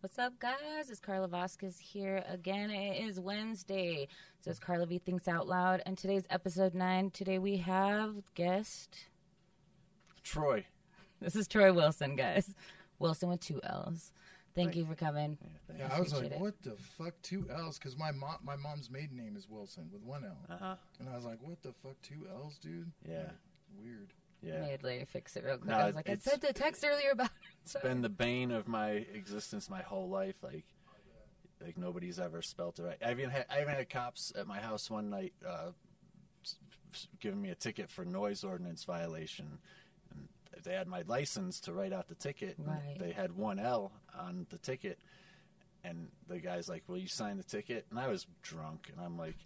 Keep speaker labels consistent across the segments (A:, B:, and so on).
A: What's up, guys? It's Carla Vasquez here again. It is Wednesday, so it's Carla V Thinks Out Loud, and today's episode nine. Today we have guest.
B: Troy.
A: This is Troy Wilson, guys. Wilson with two L's. Thank you for coming.
B: Yeah, I was like,
A: Appreciate it.
B: what the fuck, two L's? Because my mom, my mom's maiden name is Wilson with one L,
C: Uh-huh.
B: and I was like, what the fuck, two L's, dude?
C: Yeah.
B: Like, weird.
C: Yeah.
A: made Larry fix it real quick.
C: No,
A: I was like, I
C: it's-
A: sent a text earlier about it.
C: It's been the bane of my existence my whole life. Like, like nobody's ever spelt it right. I even had I even had cops at my house one night uh, s- s- giving me a ticket for noise ordinance violation. And they had my license to write out the ticket. and
A: Right.
C: They had one L on the ticket, and the guy's like, "Will you sign the ticket?" And I was drunk, and I'm like.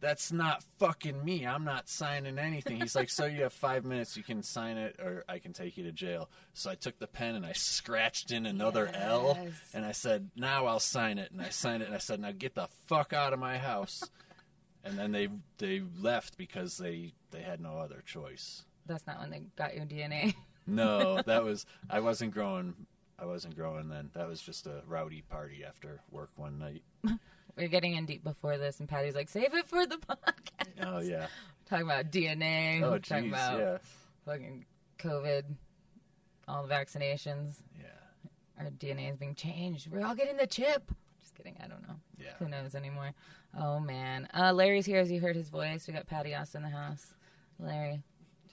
C: That's not fucking me. I'm not signing anything. He's like, so you have five minutes. You can sign it, or I can take you to jail. So I took the pen and I scratched in another L,
A: Yes.
C: and I said, now I'll sign it. And I signed it, and I said, now get the fuck out of my house. and then they they left because they they had no other choice.
A: That's not when they got your DNA.
C: No, that was I wasn't growing. I wasn't growing then. That was just a rowdy party after work one night.
A: We are getting in deep before this, and Patty's like, save it for the podcast.
C: Oh yeah.
A: Talking about DNA.
C: Oh
A: talking
C: jeez.
A: about
C: Yeah.
A: fucking COVID, all the vaccinations.
C: Yeah.
A: our DNA is being changed. We're all getting the chip. Just kidding. I don't know.
C: Yeah.
A: Who knows anymore? Oh man. Uh, Larry's here as you heard his voice. We got Patty Austin in the house. Larry,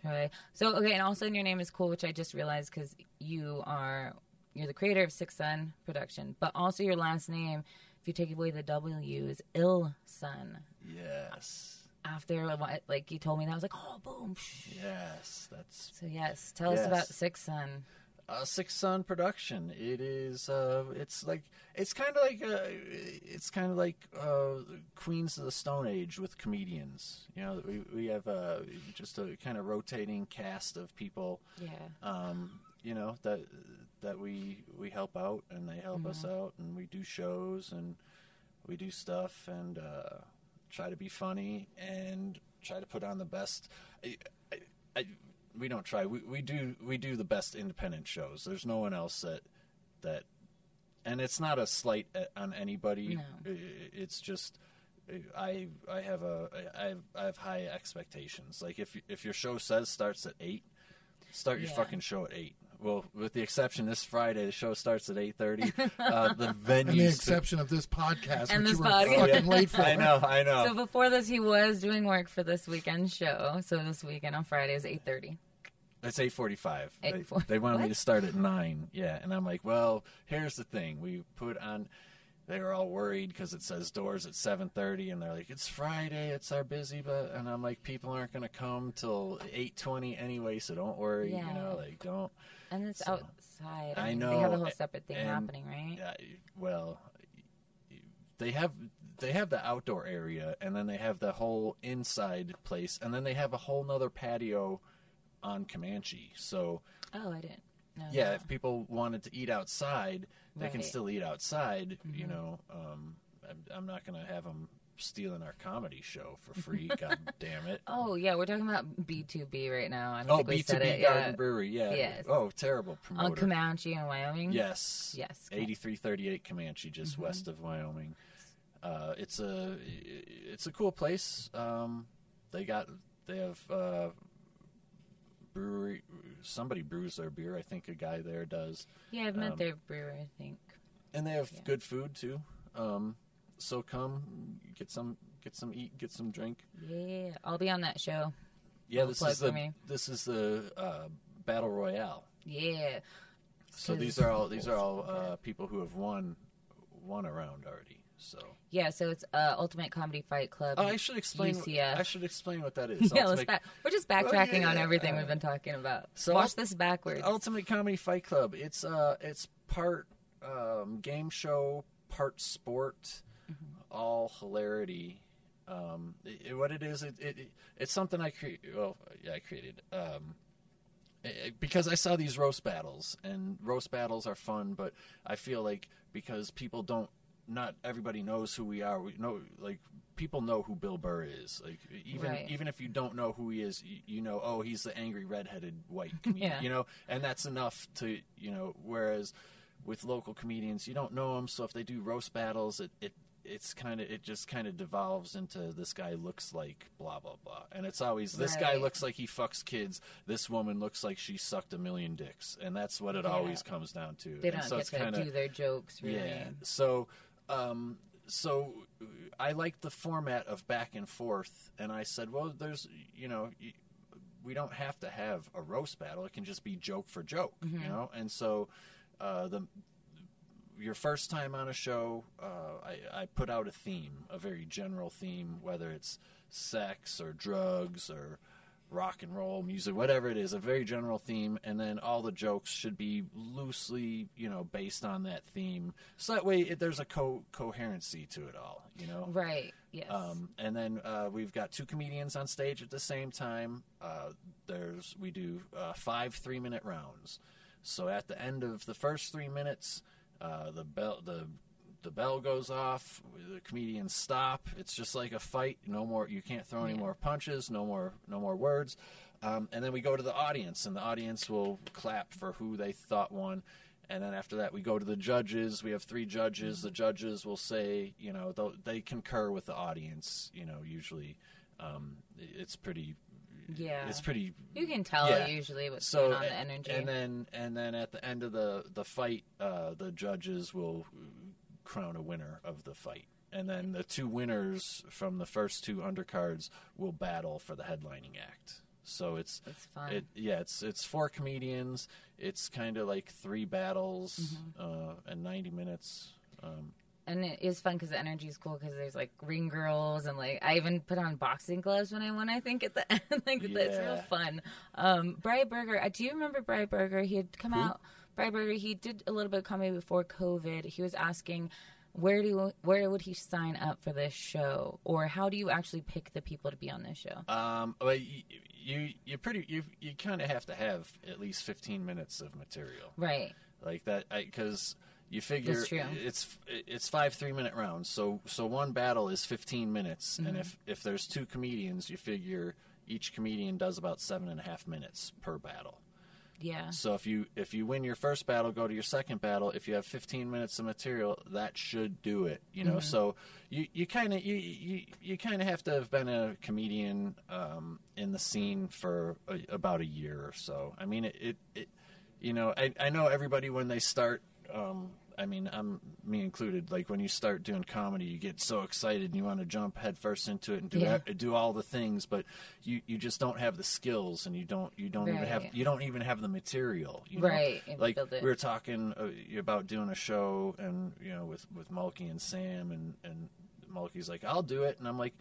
A: Troy. So okay, and also your name is cool, which I just realized because you are you're the creator of Six Sun Production, but also your last name, if you take away the W, is Ill Sun.
C: Yes.
A: After what, like you told me, that I was like, oh boom. psh.
C: Yes, that's
A: So yes, tell us
C: Yes.
A: about Six Sun.
C: a Six Sun production. It is. Uh, it's like it's kind of like uh, it's kind of like uh, Queens of the Stone Age with comedians. You know, we we have uh, just a kind of rotating cast of people.
A: Yeah.
C: Um, you know that that we we help out and they help us out and we do shows and we do stuff and uh, try to be funny and try to put on the best. I, I, I, we don't try. We, we do we do the best independent shows. There's no one else that that, and it's not a slight a- on anybody.
A: No.
C: I- I- It's just. uh, I I have a I have, I have high expectations. Like if if your show says starts at eight, start your
A: Yeah.
C: fucking show at eight. Well, with the exception this Friday, the show starts at eight thirty. Uh, the venue.
B: And the exception of this podcast,
A: And
B: which
A: this
B: you were
A: podcast.
B: fucking late for.
C: I know, I know.
A: So before this, he was doing work for this weekend show. So this weekend on Friday is eight thirty.
C: It's eight forty-five. They,
A: 8:40.
C: they wanted
A: What?
C: me to start at nine. Yeah, and I'm like, well, here's the thing. We put on. They were all worried because it says doors at seven thirty, and they're like, it's Friday, it's our busy, but and I'm like, people aren't gonna come till eight twenty anyway, so don't worry.
A: Yeah.
C: You know, like don't.
A: And it's
C: So-
A: outside.
C: I
A: mean, They have a
C: know,
A: whole separate thing
C: and-
A: happening, right?
C: Yeah, well, they have they have the outdoor area, and then they have the whole inside place, and then they have a whole nother patio on Comanche. So
A: Oh, I didn't. know
C: yeah,
A: that.
C: if people wanted to eat outside,
A: Uh-huh.
C: they can
A: Right. Mm-hmm.
C: still eat outside. You know, um, I'm, I'm not going to have them stealing our comedy show for free. God damn it!
A: Oh yeah, we're talking about B two B right now. I don't
C: oh,
A: think we
C: B two
A: said it
C: B Garden
A: yet.
C: Brewery, yeah.
A: Yes.
C: Oh, terrible promoter.
A: on Comanche in Wyoming.
C: Yes.
A: Yes, okay. Mm-hmm.
C: Eighty three thirty eight Comanche, just west of Wyoming. Uh, it's a it's a cool place. Um, they got they have uh, brewery. Somebody brews their beer. I think a guy there does,
A: Yeah, I've met
C: Um,
A: their brewer. I think.
C: and they have
A: Yeah.
C: good food too. Um, so come get some get some eat get some drink.
A: Yeah, I'll be on that show.
C: Yeah,
A: Little
C: this
A: plug
C: is
A: for
C: the
A: me.
C: this is the uh, battle royale.
A: Yeah.
C: So
A: Good.
C: these are all these are all uh, people who have won won a round already. So
A: Yeah, so it's uh, Ultimate Comedy Fight Club.
C: Oh, I should explain.
A: UCF.
C: I should explain what that is.
A: yeah, let's
C: Ultimate, Oh,
A: back. We're just backtracking on
C: yeah,
A: everything
C: all
A: we've been talking about.
C: So
A: watch
C: Ult-
A: this backwards.
C: Ultimate Comedy Fight Club. It's uh, it's part um, game show, part sport,
A: Mm-hmm.
C: all hilarity. Um, it- it- what it is, it, it, it- it's something I create. Well, yeah, I created. Um, it- it- because I saw these roast battles, and roast battles are fun, but I feel like because people don't, not everybody knows who we are. We know, like people know who Bill Burr is. Like even
A: Right.
C: even if you don't know who he is, you, you know, oh, he's the angry redheaded white comedian,
A: Yeah.
C: you know, and that's enough to you know. Whereas with local comedians. You don't know them, so if they do roast battles, it, it it's kind of it just kind of devolves into this guy looks like blah blah blah, and it's always this guy
A: Right.
C: looks like he fucks kids, this woman looks like she sucked a million dicks, and that's what it
A: Yeah.
C: always comes down to.
A: They
C: And
A: don't
C: so
A: get
C: it's
A: to
C: kinda-
A: do their jokes really.
C: yeah. So, um, so uh, I like the format of back and forth, and I said, well, there's, you know, y- we don't have to have a roast battle. It can just be joke for joke, you know. And so, uh, the your first time on a show, uh, I, I put out a theme, a very general theme, whether it's sex or drugs or rock and roll music, whatever it is, a very general theme, and then all the jokes should be loosely, you know, based on that theme. So that way, it, there's a co- coherency to it all, you know.
A: Right. Yes.
C: Um, and then uh, we've got two comedians on stage at the same time. Uh, there's we do uh, five three minute rounds. So at the end of the first three minutes, uh, the bell the the bell goes off. The comedians stop. It's just like a fight. No more. You can't throw any
A: Yeah.
C: more punches. No more. No more words. Um, and then we go to the audience, and the audience will clap for who they thought won. And then after that, we go to the judges. We have three judges. The judges will say, you know, they'll- they concur with the audience. You know, usually, um, it's pretty.
A: yeah.
C: It's pretty
A: you can tell
C: yeah.
A: usually what's
C: so
A: going on the
C: and-
A: energy.
C: and then and then at the end of the the fight uh the judges will crown a winner of the fight and then the two winners from the first two undercards will battle for the headlining act so it's
A: it's fun.
C: it yeah it's it's four comedians it's kind of like three battles
A: Mm-hmm.
C: uh and 90 minutes um
A: and it is fun because the energy is cool because there's like ring girls and like I even put on boxing gloves when I won. I think at the end, like that's real
C: Yeah.
A: fun. Um, Bry Burger, uh, do you remember Bry Burger? He had come out. Bry Burger, he did a little bit of comedy before COVID. He was asking. Where do where would he sign up for this show, or how do you actually pick the people to be on this show?
C: um but you you, you pretty you you kind of have to have at least 15 minutes of material
A: Right,
C: like that because you figure
A: That's true.
C: it's it's five three minute rounds so so one battle is 15 minutes
A: Mm-hmm.
C: and if if there's two comedians you figure each comedian does about seven and a half minutes per battle
A: yeah,
C: so if you if you win your first battle, go to your second battle. If you have 15 minutes of material, that should do it. You
A: Mm-hmm.
C: know, so you you kind of you you, you kind of have to have been a comedian um, in the scene for a, about a year or so. I mean, it, it, it you know, I I know everybody when they start. Um, I mean, I'm me included. Like when you start doing comedy, you get so excited and you want to jump headfirst into it and do
A: Yeah.
C: e- do all the things, but you you just don't have the skills and you don't you don't even have
A: Right.
C: you don't even have the material. You know?
A: Right, and
C: Like
A: build it.
C: we were talking uh, about doing a show, and you know, with with Mulkey and Sam, and and Mulkey's like, "I'll do it," and I'm like,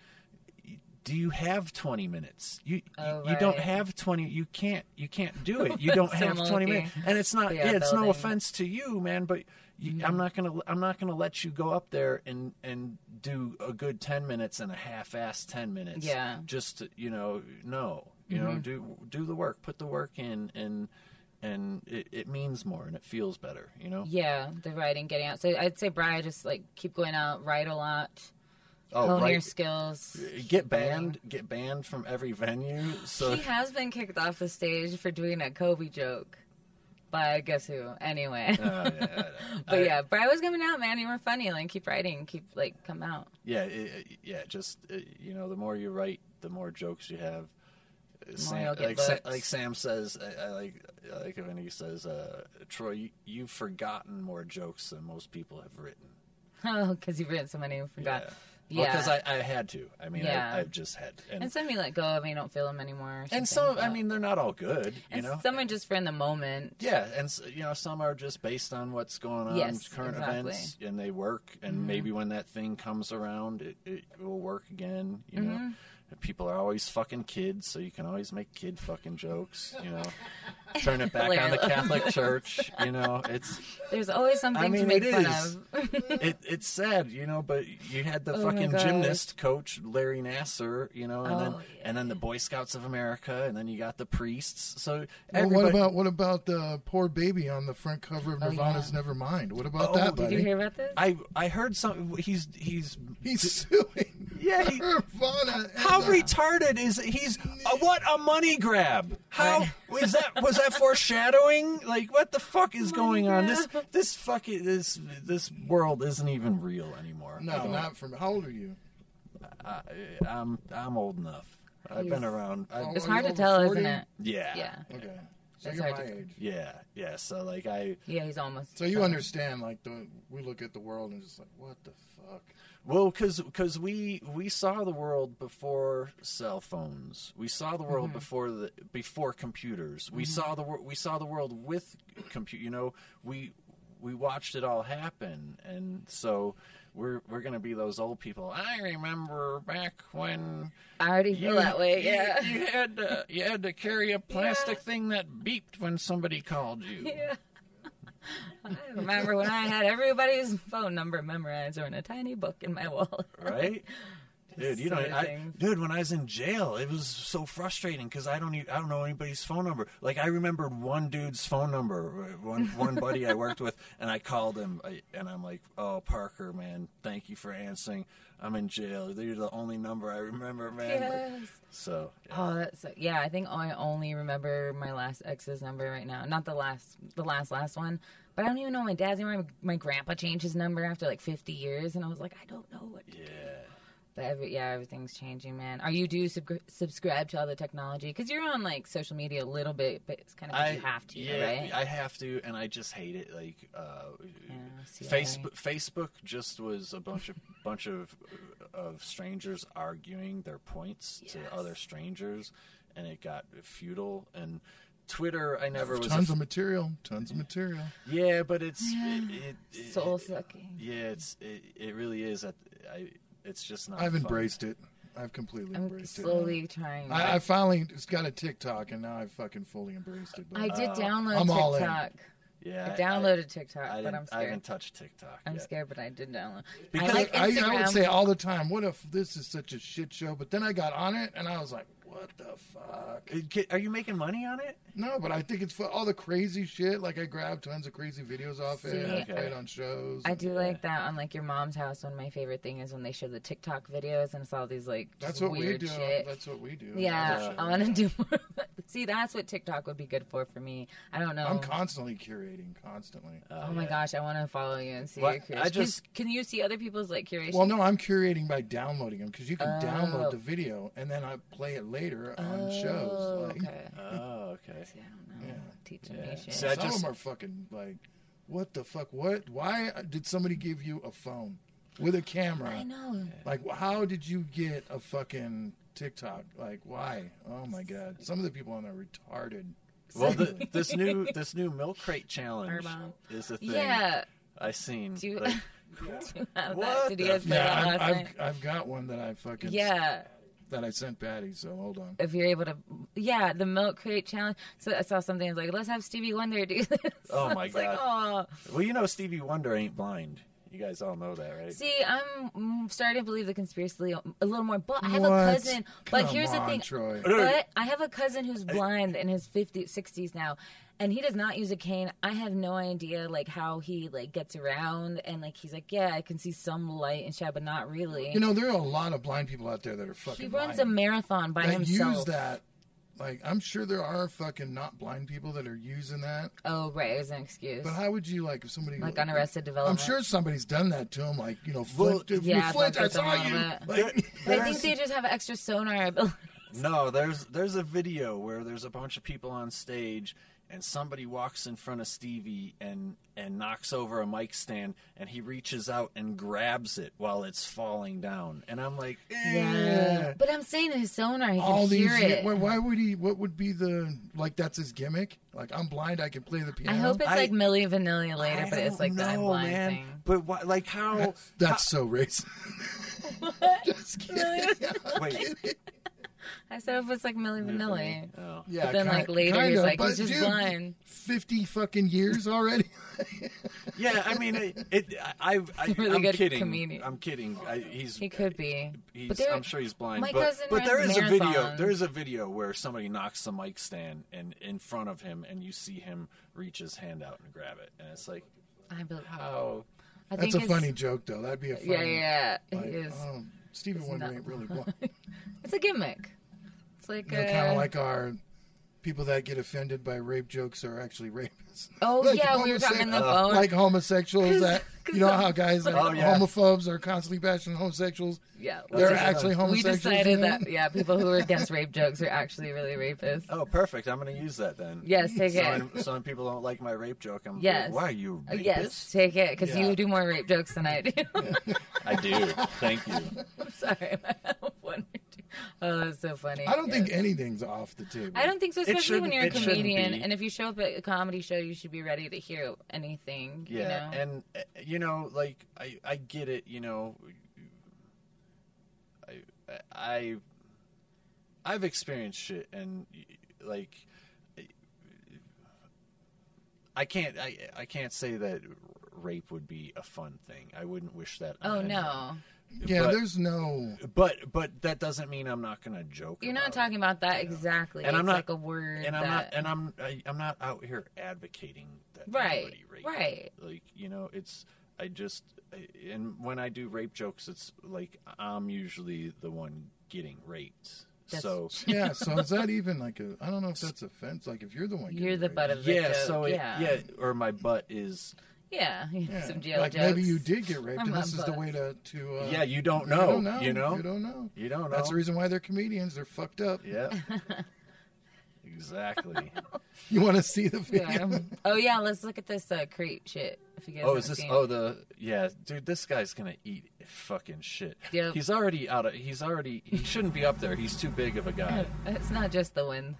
C: "Do you have 20 minutes? You
A: Oh,
C: you don't
A: right.
C: have 20. You can't you can't do it. You don't
A: Sam
C: have 20
A: Mulkey.
C: minutes. And it's not
A: Yeah,
C: yeah, it's
A: building.
C: no offense to you, man, but you, I'm
A: Mm-hmm.
C: not gonna I'm not gonna let you go up there and and do a good 10 minutes and a half-ass 10 minutes.
A: Yeah. Mm-hmm.
C: Just to, you know, no, you know, do do the work, put the work in, and and it, it means more and it feels better, you know.
A: yeah, the writing, getting out. So I'd say Bry just like keep going out, write a lot,
C: Oh,
A: hone your skills.
C: Get banned, get banned from every venue. So
A: She has been kicked off the stage for doing a Kobe joke by guess who. Anyway.
C: Uh, yeah, I-
A: but
C: I-
A: yeah, Bri was coming out, man. You were funny. Like, keep writing. Keep, like, come out.
C: yeah, it, it- yeah. Just uh, you know, the more you write, the more jokes you have. Uh, Sam,
A: you'll get
C: like, Sa-
A: votes.
C: like Sam says, I, I like I like it when he says, uh, "Troy, you, you've forgotten more jokes than most people have written."
A: Oh, because you've written so many and forgot. Yeah.
C: because I, I had to. I mean,
A: Yeah.
C: I, I've just had. And,
A: and some you let go of and you don't feel them anymore. or something,
C: and some, I
A: but-
C: mean, they're not all good. You
A: and
C: know,
A: some are just for in the moment.
C: Yeah, and s- you know some are just based on what's going on,
A: Yes,
C: current
A: exactly. Mm-hmm.
C: events, and they work. And maybe when that thing comes around, it, it will work again. You
A: Mm-hmm.
C: know, people are always fucking kids, so you can always make kid fucking jokes. You know, turn it back on the
A: Hilarious.
C: Catholic Church. You know, it's
A: There's always something to
C: mean,
A: make
C: it
A: fun
C: is.
A: of.
C: it, it's sad, you know. But you had the
A: Oh my
C: fucking
A: gosh.
C: gymnast coach Larry Nasser, you know, and then
A: Oh, yeah.
C: and then the Boy Scouts of America, and then you got the priests. So
B: Well, what
C: everybody-
B: about what about the poor baby on the front cover of
A: Oh,
B: Nirvana's Nevermind? What about
C: Oh,
B: that,
A: Did
C: did
A: you
B: buddy?
A: hear about this?
C: I I heard some. He's he's
B: He's suing.
C: Yeah. he-
B: Nirvana.
C: how
B: and the-
C: retarded is he's uh, what a money grab? How is that? Was that foreshadowing? Like what the fuck
A: Money
C: is going on? This
A: grab.
C: this fucking this this world isn't even real anymore. I
B: No,
C: don't-
B: not from. How old are you?
C: I, I'm I'm old enough. I've
A: He's-
C: been around. I,
B: Oh.
A: It's
B: Are
A: hard to
B: you over
A: tell,
B: 40?
A: isn't it?
C: yeah.
A: Yeah.
B: Okay, so
A: That's
B: you're
A: hard
B: my
A: to- Uh-huh.
B: age.
C: Yeah. Yeah. So like I
A: Yeah, he's almost.
B: So you understand, like the we look at the world and just like, what the fuck?
C: Well, because we we saw the world before cell phones. We saw the world
A: Mm-hmm.
C: before the before computers. We saw the wor- we saw the world with compute. You know, we we watched it all happen, and so we're we're gonna be those old people. I remember back when
A: I already feel that way.
C: you-
A: Yeah.
C: you, had to you had to carry a plastic thing that beeped when somebody called you.
A: Yeah. I remember when I had everybody's phone number memorized or in a tiny book in my wallet.
C: right? Dude, you know,
A: so many
C: I,
A: things.
C: dude. When I was in jail, it was so frustrating because I don't, even, I don't know anybody's phone number. Like I remembered one dude's phone number, uh, one one buddy I worked with, and I called him, I- and I'm like, "Oh, Parker, man, thank you for answering. I'm in jail. You're the only number I remember, man."
A: Yes.
C: So,
A: Oh, that's yeah. I think I only remember my last ex's number right now. Not the last, the last, last one. But I don't even know my dad's number. My grandpa changed his number after like 50 years, and I was like, I don't know what.
C: yeah,
A: But every, yeah, everything's changing, man. Are you do subgr subscribe to all the technology? Because you're on like social media a little bit, but it's kind of
C: I
A: you have to,
C: yeah,
A: right?
C: I have to, and I just hate it. Like, uh,
A: Yeah, CIA.
C: Facebook Facebook just was a bunch of bunch of of strangers arguing their points
A: Yes.
C: to other strangers, and it got futile. And Twitter, I never was. a-
B: Tons of material. Tons of material.
C: yeah, but it's
A: Yeah.
C: it, it, it-
A: Soul
C: it-
A: sucking.
C: yeah, it's it, it really is. I, I it's just not.
B: I've
C: fun.
B: embraced it. I've completely
A: I'm
B: embraced
A: slowly
B: it.
A: trying.
B: I, I finally just got a TikTok, and now I've fucking fully embraced it. But
A: I did
C: Uh,
A: download
B: I'm all in.
A: TikTok.
C: Yeah,
A: I
C: I-
A: downloaded
C: I,
A: TikTok,
C: I
A: but
C: didn't,
A: I'm
C: I
A: scared.
C: haven't touched TikTok.
A: I'm
C: yet.
A: scared, but I did download.
C: Because
A: I like
B: I, I
A: Instagram.
B: would say all the time, what if this is such a shit show? But then I got on it, and I was like, what the fuck?
C: Uh, get- Are you making money on it?
B: No, but I think it's for all the crazy shit. Like I grabbed tons of crazy videos off
A: See,
B: it. and I
C: Okay.
B: played on shows.
A: I do like that on like your mom's house. One of my favorite thing is when they show the TikTok videos and it's all these like
B: That's
A: just
B: what we
A: weird
B: do.
A: shit.
B: That's what we do.
A: yeah,
C: Yeah.
A: I want to do more. of that. See, that's what TikTok would be good for for me. I don't know.
B: I'm constantly curating, constantly.
A: oh my
C: yeah.
A: gosh, I want to follow you and see
C: Well,
A: your
C: I
A: curation. 'Cause
C: just-
A: can you see other people's like curation?
B: Well, no, I'm curating by downloading them because you can
A: Oh.
B: download the video and then I play it later on
A: Oh,
B: shows. Like,
A: okay.
C: Oh, okay.
A: See, I don't know.
B: Yeah.
A: Teaching
C: Yeah.
A: me shit.
C: See, I
B: some
C: just-
B: of them are fucking like, what the fuck? What? Why did somebody give you a phone with a camera?
A: I know.
B: Like, how did you get a fucking TikTok? Like, why? Oh my god! Some of the people on there are retarded.
C: Well, the, this new this new milk crate challenge
A: Firebomb.
C: is a thing.
A: Yeah.
C: I seen.
A: Do you,
C: like,
A: do you have that?
C: What
A: Did you
C: the-
A: guys play
B: yeah,
A: that
B: I've,
A: last night?
B: I've, I've got one that I fucking
A: eh? Yeah.
B: that I sent Patty. So hold on.
A: if you're able to, yeah, the milk crate challenge. So I saw something that was like, let's have Stevie Wonder do this.
C: Oh, my
A: It's like, oh,
C: well, you know Stevie Wonder ain't blind. You guys all know that, right?
A: see, I'm mm, starting to believe the conspiracy a little more. But I have a
B: What?
A: cousin. But
B: Come
A: here's the
B: on,
A: thing.
B: Troy.
A: But I have a cousin who's blind in his 50s, 60s now, and he does not use a cane. I have no idea like how he like gets around, and like he's like, yeah, I can see some light and shadow, but not really.
B: You know, there are a lot of blind people out there that are fucking.
A: he runs
B: lying.
A: a marathon by
B: that
A: himself.
B: use that. Like, I'm sure there are fucking not blind people that are using that.
A: Oh, right, it was an excuse.
B: But how would you like if somebody
A: like on Arrested
B: I'm
A: Development.
B: sure somebody's done that to him. Like, you know,
C: Well,
B: Flint, dude,
A: yeah,
B: Flint, I
A: I've
B: saw
A: got them
B: you.
A: on
B: Like,
A: I think they just have extra sonar ability.
C: No, there's there's a video where there's a bunch of people on stage and somebody walks in front of Stevie and and knocks over a mic stand and he reaches out and grabs it while it's falling down. And I'm like, eh.
A: But I'm saying his sonar, he
B: all
A: can
B: these.
A: hear it.
B: Why, why would he? What would be the like? That's his gimmick. Like, I'm blind. I can play the piano.
A: I hope it's
C: I-
A: like Millie Vanilli later,
C: I
A: but it's
C: don't
A: like the I'm
C: know,
A: blind
C: man.
A: thing.
C: But why, like how
B: That's so racist. just kidding.
C: wait.
A: I said if it's like Millie Vanilli.
C: Oh.
B: Yeah,
A: But then,
B: ki-
A: like, later he's
B: kinda,
A: like,
B: but
A: he's just
B: dude,
A: blind.
B: Fifty fucking years already.
C: Yeah, I mean, it. it I, I, I
A: Really
C: am
A: good
C: kidding.
A: comedian.
C: I'm kidding. I, he's
A: He could be.
C: He's,
A: but there,
C: I'm sure he's blind.
A: my
C: but
A: cousin
C: but there
A: runs
C: is a video.
A: marathons.
C: There is a video where somebody knocks the mic stand and in front of him, and you see him reach his hand out and grab it, and it's like, oh.
A: I, be-
C: how?
A: I
B: That's
A: think
B: a
A: it's-
B: funny joke, though. That'd be a funny.
A: Yeah, yeah.
B: Like,
A: he is.
B: um, Stevie
A: It's
B: Wonder
A: not-
B: ain't really blind.
A: It's a gimmick. It's like
B: You know,
A: a
B: kind of like our people that get offended by rape jokes are actually rapists.
A: oh
B: like
A: yeah, we were talking on the
C: homosexual-
A: phone.
B: like homosexuals
A: 'Cause-
B: that
A: 'cause
B: you know
A: some-
B: how guys that
C: Uh, Oh, yeah.
B: homophobes are constantly bashing homosexuals.
A: yeah, we
B: They're
A: just-
B: actually
A: we
B: homosexuals.
A: decided
B: you know?
A: that yeah, people who are against rape jokes are actually really rapists.
C: Oh, perfect. I'm going to use that then.
A: Yes, take
C: So
A: it.
C: when, so when people don't like my rape joke, I'm
A: Yes.
C: like, why are you a
A: Uh,
C: rapist?
A: Yes, take it because
B: Yeah.
A: you do more rape jokes than I do.
C: I do. Thank you.
A: I'm sorry. One or two. oh, that's so funny.
B: I don't think
A: Yes.
B: anything's off the table.
A: I don't think so,
C: It
A: especially when
C: shouldn't-
A: you're a
C: it shouldn't
A: comedian.
C: be.
A: And if you show up at a comedy show, you should be ready to hear anything. you
C: Yeah,
A: know?
C: and uh, you know, like I, I get it. You know, I, I, I've experienced shit, and like, I can't, I, I can't say that rape would be a fun thing. I wouldn't wish that. on
A: oh
C: anyone.
A: no,
B: Yeah,
C: but-
B: there's no.
C: But but that doesn't mean I'm not gonna joke.
A: you're
C: about
A: not
C: it.
A: talking about that exactly.
C: And
A: it's
C: I'm not-
A: like a word.
C: and I'm not
A: that-
C: and I'm I, I'm not out here advocating that
A: Right,
C: anybody rape.
A: right.
C: Like you know, it's I just I- and when I do rape jokes, it's like I'm usually the one getting raped.
A: That's-
C: so
B: Yeah, so is that even like a? I don't know if that's offense. Like if you're the one,
A: You're
B: getting
A: the
B: raped.
A: butt of the
C: yeah,
A: joke.
C: so it,
A: yeah,
C: yeah, or my butt is
A: yeah.
B: Yeah.
A: Some jail
B: like
A: jokes.
B: maybe you did get raped,
A: I'm
B: and
A: a
B: this is the
A: butt.
B: way to to. Uh,
C: yeah. You don't
B: you
C: know.
B: don't know.
C: You know.
B: You don't know.
C: You don't know.
B: That's the reason why they're comedians. They're fucked up.
C: Yeah. exactly.
B: You want to see the video?
A: Yeah. oh yeah, let's look at this uh, crate shit. If you guys
C: Oh, is
A: haven't
C: this?
A: seen it.
C: Oh, the yeah, dude. This guy's gonna eat fucking shit.
A: Yep.
C: He's already out of. He's already. He shouldn't be up there. He's too big of a guy.
A: It's not just the wind.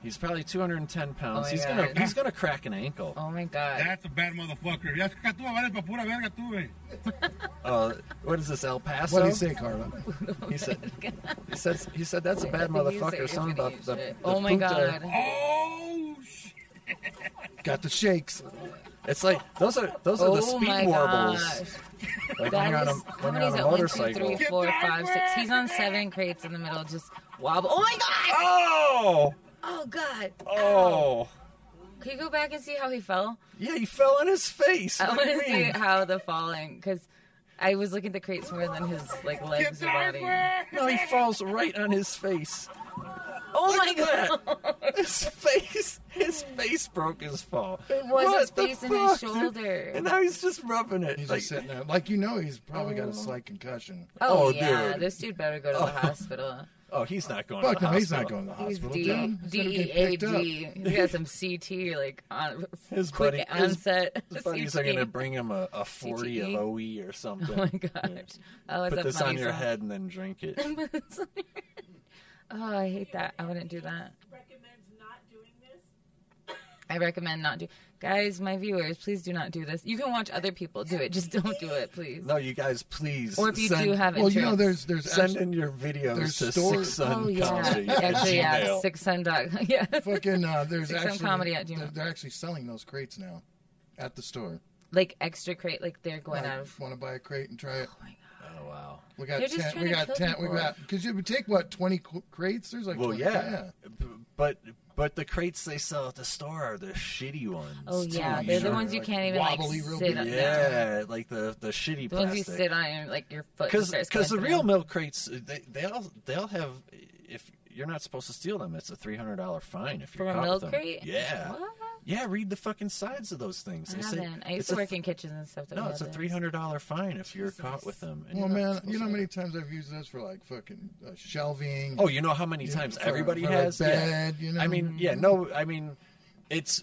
C: He's probably 210 pounds.
A: my
C: he's
A: God.
C: gonna. He's gonna crack an ankle.
A: Oh my god.
D: That's a bad motherfucker. Ya saca tú, vale, pa' pura verga tú, eh.
C: Uh, what is this, El Paso?
B: What do you say, Carla?
A: Oh,
C: He said. He said. He said that's a bad
A: I think you say
C: motherfucker.
A: it's
C: Something
A: gonna
C: about
A: eat
C: the,
A: shit.
C: the
A: Oh my
C: punta.
A: god.
D: Oh, shit.
B: Got the shakes.
C: It's like those are those are
A: oh
C: the speed
A: my
C: warbles.
A: gosh.
C: Like when
A: That
C: you're on a,
A: is- how
C: when you're
A: many is
C: on a
A: that? One, two,
C: motorcycle.
A: three, four, five, six. He's on seven crates in the middle, just wobble. Oh my god!
C: oh!
A: Oh god!
C: Oh!
A: Can you go back and see how he fell?
C: Yeah, he fell on his face.
A: I
C: What
A: want
C: do you
A: to see
C: mean?
A: how the falling, because I was looking at the crates more than his like legs and body.
C: No, he falls right on his face.
A: Oh my
C: Look
A: god!
C: at that. His face, his face broke his fall.
A: It was
C: What
A: his
C: the
A: face and his
C: fuck, dude?
A: shoulder.
C: And now he's just rubbing it.
B: He's
C: like,
B: just sitting there, like you know, he's probably got a slight concussion.
A: Oh,
C: Oh,
A: yeah,
C: dude.
A: this dude better go to the hospital.
C: oh, he's not going.
B: Fuck
C: to the
B: no, he's not
C: hospital.
B: going to the
A: He's
B: hospital.
A: D
B: dude.
A: D
B: He's gonna
A: E
B: get
A: A
B: picked up.
A: D. He's got some CT like on
C: His
A: quick
C: buddy- his-
A: onset.
C: His buddies are
A: CT.
C: going to bring him a, a 40 of
A: CTE.
C: OE or something.
A: Oh my gosh! Oh, it's
C: Put
A: a
C: this
A: funny
C: on your
A: song.
C: head and then drink it.
A: oh, I hate that. I wouldn't do that.
E: recommends not doing this.
A: I recommend not do. Guys, my viewers, please do not do this. You can watch other people do it. Just don't do it, please.
C: No, you guys, please.
A: or if you
C: send,
A: do have
B: Well,
A: insurance.
B: you know, there's there's
C: send
B: abs-
C: in your videos
B: there's
C: to
B: story-
C: six
A: oh
C: sun
A: yeah,
C: comedy at
A: actually yeah,
C: Gmail.
A: six sun dot. Yeah,
B: fucking uh, there's
A: Six on
B: actually
A: comedy at Gmail.
B: they're, they're actually selling those crates now at the store.
A: like extra crate, like they're going out of.
B: want to buy a crate and try it.
C: Oh wow.
B: We got
A: They're just
B: ten.
A: trying
B: We
A: to
B: got
A: kill
B: ten. We
A: people.
B: got because you would take what twenty qu- crates. There's like
C: Well,
B: 20
C: yeah. B- but but the crates they sell at the store are the shitty ones.
A: Oh
C: too,
A: yeah,
C: you
A: they're the
C: know?
B: sure,
A: ones you
B: like,
A: can't even like
B: wobbly real
A: sit
B: big.
A: on.
C: Yeah, like the the shitty
A: The ones you
C: plastic.
A: sit on and like your foot.
C: because
A: starts
C: because the
A: glancing
C: real
A: out.
C: milk crates they they all they all have if you're not supposed to steal them it's a three hundred dollar fine if you're
A: From a
C: caught
A: milk
C: with them.
A: crate?
C: yeah
A: What?
C: yeah read the fucking sides of those things
A: I
C: They say-
A: haven't. I used
C: it's
A: to
C: a-
A: work in kitchens and stuff. That
C: no
A: we
C: it's a
A: had
C: three
A: this.
C: hundred dollar fine if you're caught with them and
B: Well,
C: you're not
B: man,
C: supposed
B: you know how
C: to.
B: many times I've used those for like fucking uh, shelving.
C: oh you know how many times
B: for-
C: everybody
B: for a
C: has
B: bed,
C: yeah
B: you know?
C: I mean yeah
A: Mm-hmm.
C: no I mean it's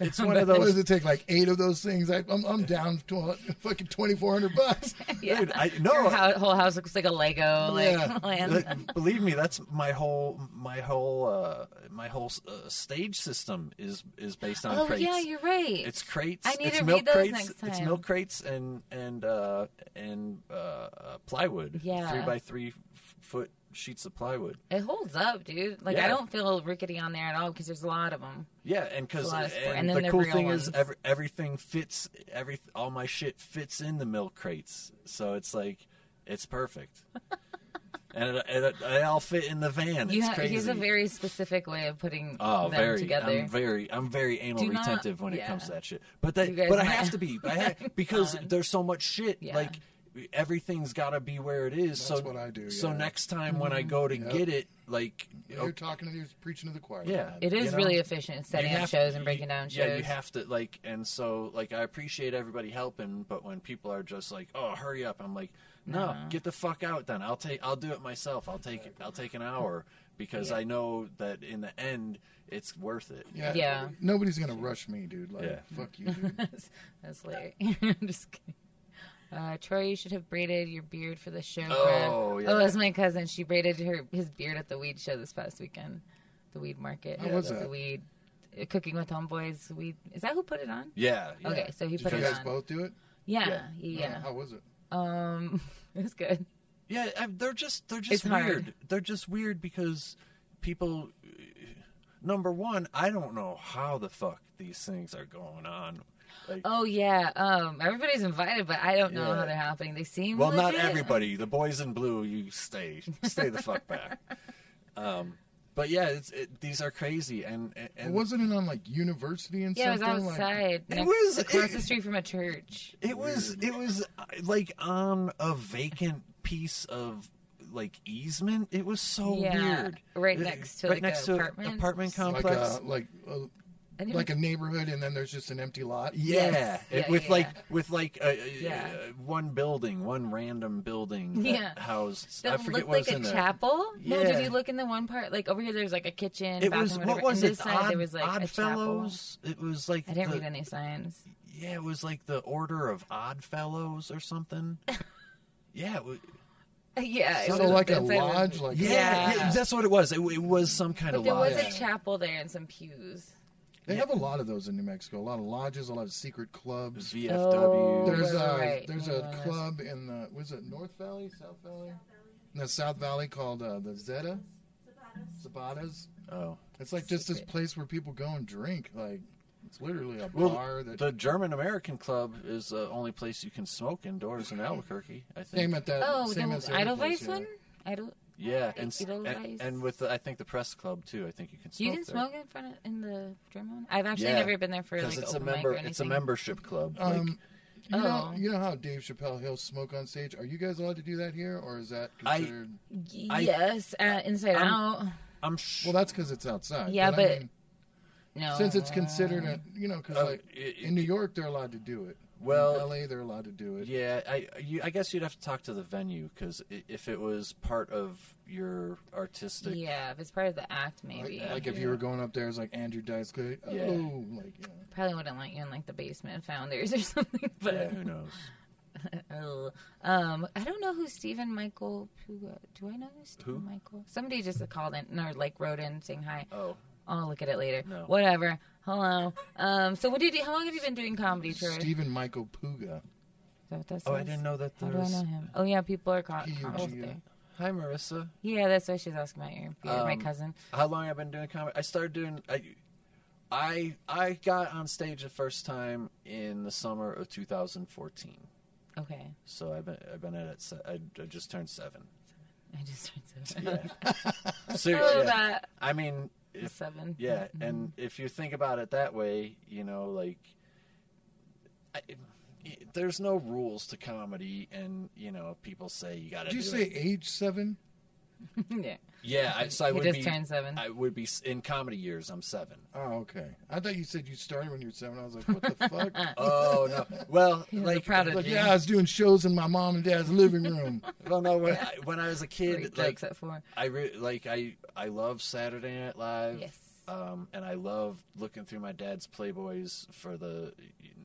C: it's one of
B: What does
C: those
B: it take? Like eight of those things. I, I'm, I'm down to a- fucking twenty four hundred bucks.
A: Yeah.
C: Dude, I- no.
A: Your hou- whole house looks like a Lego. Like
B: Yeah.
A: land.
C: Like, um, believe me, that's my whole my whole uh, my whole uh, stage system is is based on
A: oh
C: crates.
A: yeah, you're right.
C: It's crates.
A: I need
C: it's
A: to
C: milk
A: read those
C: crates.
A: next
C: It's
A: time.
C: milk crates and and uh, and uh, uh, plywood.
A: Yeah.
C: three by three f- foot sheets of plywood.
A: It holds up, dude. Like I
C: Yeah.
A: don't feel rickety on there at all because there's a lot of them.
C: Yeah, and because
A: It's a lot of
C: and,
A: sport. And then
C: the
A: they're
C: cool
A: real
C: thing
A: ones.
C: is every, everything fits. Every all my shit fits in the milk crates, so it's like it's perfect. and it, it, it all fit in the van.
A: you
C: it's
A: ha-
C: crazy.
A: he has a very specific way of putting
C: Oh,
A: them
C: very.
A: together.
C: I'm very. I'm very anal
A: Do not-
C: retentive when
A: yeah.
C: it comes to that shit. But that.
A: You guys
C: But I
A: might-
C: have to be. I ha because
A: Fine.
C: there's so much shit.
A: Yeah.
C: Like everything's got to be where it is. so
B: That's what I do,
C: So
B: yeah.
C: next time when I
A: Mm-hmm.
C: go to
B: Yep.
C: get it, like
B: You're talking to you're preaching to the choir.
C: Yeah.
B: man.
A: It is
C: You know,
A: really efficient at setting
C: you
A: up
C: have-
A: shows and
C: you-
A: breaking down shows.
C: Yeah, you have to like, and so like I appreciate everybody helping, but when people are just like, "Oh, hurry up," I'm like, "No,
A: Uh-huh.
C: get the fuck out." Then I'll take, I'll do it myself. I'll take, I'll take an hour because I know that in the end, it's worth it.
B: Yeah.
A: Yeah.
B: Nobody's gonna rush me, dude. Like,
C: Yeah.
B: fuck you, dude.
A: That's Larry. I'm just kidding. Uh, Troy, you should have braided your beard for the show.
C: Oh,
A: Brad.
C: yeah.
A: Oh, that's my cousin. She braided her his beard at the weed show this past weekend. The weed market.
B: How was
A: the
B: that?
A: weed uh, cooking with homeboys. Weed. Is that who put it on?
C: Yeah. yeah.
A: Okay, so he
B: Did you
A: put it
B: guys
A: on.
B: both do it?
A: Yeah,
C: Yeah.
A: yeah.
B: How was it?
A: Um, it was good.
C: Yeah, I, they're just they're
A: It's
C: just weird.
A: hard.
C: They're just weird because people. Number one, I don't know how the fuck these things are going on. Like,
A: Oh yeah. Um, everybody's invited, but I don't know
C: Yeah.
A: how they're happening. They seem
C: well, not
A: legit.
C: everybody. The boys in blue, you stay, stay the fuck back. Um, but yeah, it's, it, these are crazy, and and,
B: Well,
C: and
B: wasn't it on like university and
A: Yeah, it was
B: something? Like,
A: outside.
C: It
A: next-
C: was-
A: across the
C: it-
A: street from a church.
C: it was it was uh, like on a vacant piece of like easement. It was so
A: Yeah,
C: Oh, weird.
A: right
C: It-
A: next to,
C: right
A: like,
C: next
A: a
C: to
A: apartment.
C: apartment
B: like
C: complex.
B: a like a,
A: I didn't
B: like a neighborhood, and then there's just an empty lot.
C: Yeah,
A: Yes.
C: it-
A: Yeah,
C: with
A: yeah,
C: like
A: yeah.
C: with like a,
A: Yeah.
C: one building, one random building that
A: Yeah.
C: housed. I
A: That
C: forget
A: looked
C: what
A: like
C: was
A: a
C: in there.
A: chapel. No, did
C: Yeah.
A: you look in the one part? Like over here, there's like a kitchen.
C: It
A: bathroom,
C: was
A: whatever.
C: what was
A: and
C: it?
A: This side,
C: Odd,
A: there was like a
C: Odd
A: chapel.
C: Fellows. It was like
A: I didn't
C: the-
A: read any signs.
C: Yeah, it was like the Order of Odd Fellows or something. yeah, it wa-
A: yeah, it
B: So
A: was
B: like a
A: that's- I was-
B: lodge, like
C: yeah,
A: Yeah.
C: yeah, that's what it was. It, it was some kind
A: But
C: of
A: there
C: lodge.
A: was a chapel there and some pews.
B: They have a lot of those in New Mexico. A lot of lodges, a lot of secret clubs.
C: VFW.
A: Oh. right,
B: There's a
A: right.
B: there's
A: Yeah,
B: a
A: that's-
B: club in the was it North Valley, South Valley, in the South Valley called uh, the Zeta Zabatas.
C: oh.
B: It's like just this
A: Secret.
B: place where people go and drink. Like it's literally a
C: Well,
B: bar that
C: the German American Club is the only place you can smoke indoors in Albuquerque. I think.
B: same at that
A: Oh,
B: same
A: the
B: as the other
A: Edelweiss
B: place, yeah.
A: one. Idle.
C: Yeah, and s-
A: It'll
C: and,
A: raise-
C: and with the, I think the press club too. I think you can smoke.
A: You can
C: there.
A: smoke in front of in the German one. I've actually
C: Yeah,
A: never been there for like
C: it's a
A: open
C: member.
A: mic or
C: It's a
A: anything.
C: membership club. like-
B: Um, you know,
A: Oh.
B: you know how Dave Chappelle he'll smoke on stage. Are you guys allowed to do that here, or is that
C: I-
B: considered?
A: Y-
C: I-
A: yes, uh, Inside
C: I'm-
A: Out.
C: I'm sure.
B: well, that's because it's outside.
A: Yeah,
B: I
A: but-
B: mean,
A: No,
B: since it's considered, a, you know, because
C: Uh,
B: like
C: it-
B: in New York they're allowed to do it.
C: Well-
B: in LA they're allowed to do it.
C: yeah, I you, I guess you'd have to talk to the venue because if it was part of your artistic,
A: yeah, if it's part of the act,
B: Like,
A: maybe.
B: like if you were going up there as like Andrew Dice Clay, oh,
C: Yeah.
B: like you know.
A: probably wouldn't let you in like the basement founders or something. But
C: yeah, who knows?
A: Oh, um, I don't know who Stephen Michael. Who, do I know who Stephen
C: Who?
A: Michael? Somebody just called in or like wrote in saying hi.
C: Oh,
A: I'll look at it later.
C: No.
A: Whatever. Hello. Um, so what did you? How long have you been doing comedy, Troy? Is
B: Stephen Michael Puga.
A: that what that
C: oh, I
A: says?
C: didn't know that
A: How
C: there
A: do I
C: was.
A: know him? Oh yeah, people are caught.
B: P U G A.
A: there.
C: Hi, Marissa.
A: Yeah, that's why she's asking about your beard, my
C: Um,
A: cousin.
C: How long I've been doing comedy? I started doing. I, I I got on stage the first time in the summer of 2014.
A: Okay,
C: So I've been I've been at it. se- I, I just turned seven.
A: I just turned seven.
C: Yeah.
A: Oh,
C: Seriously. yeah.
A: that Mm-hmm.
C: I mean,
A: is
C: if
A: seven.
C: Yeah, and if you think about it that way, you know, like I, it- there's no rules to comedy, and you know, people say you got to.
B: Did you
C: do
B: say
C: It.
B: age seven?
A: yeah.
C: Yeah, I, so I
A: He
C: would
A: just
C: be.
A: turned seven.
C: I would be s- in comedy years. I'm seven.
B: Oh, okay. I thought you said you started when you were seven. I was like, what the fuck?
C: Oh no! Well,
A: He's a
C: like
A: prodigy.
B: Like, yeah, I was doing shows in my mom and dad's living room.
C: well, no. When I, when I was a
A: Three
C: kid, like
A: jokes at four.
C: I re- like I I love Saturday Night Live.
A: Yes.
C: Um, and I love looking through my dad's Playboys for the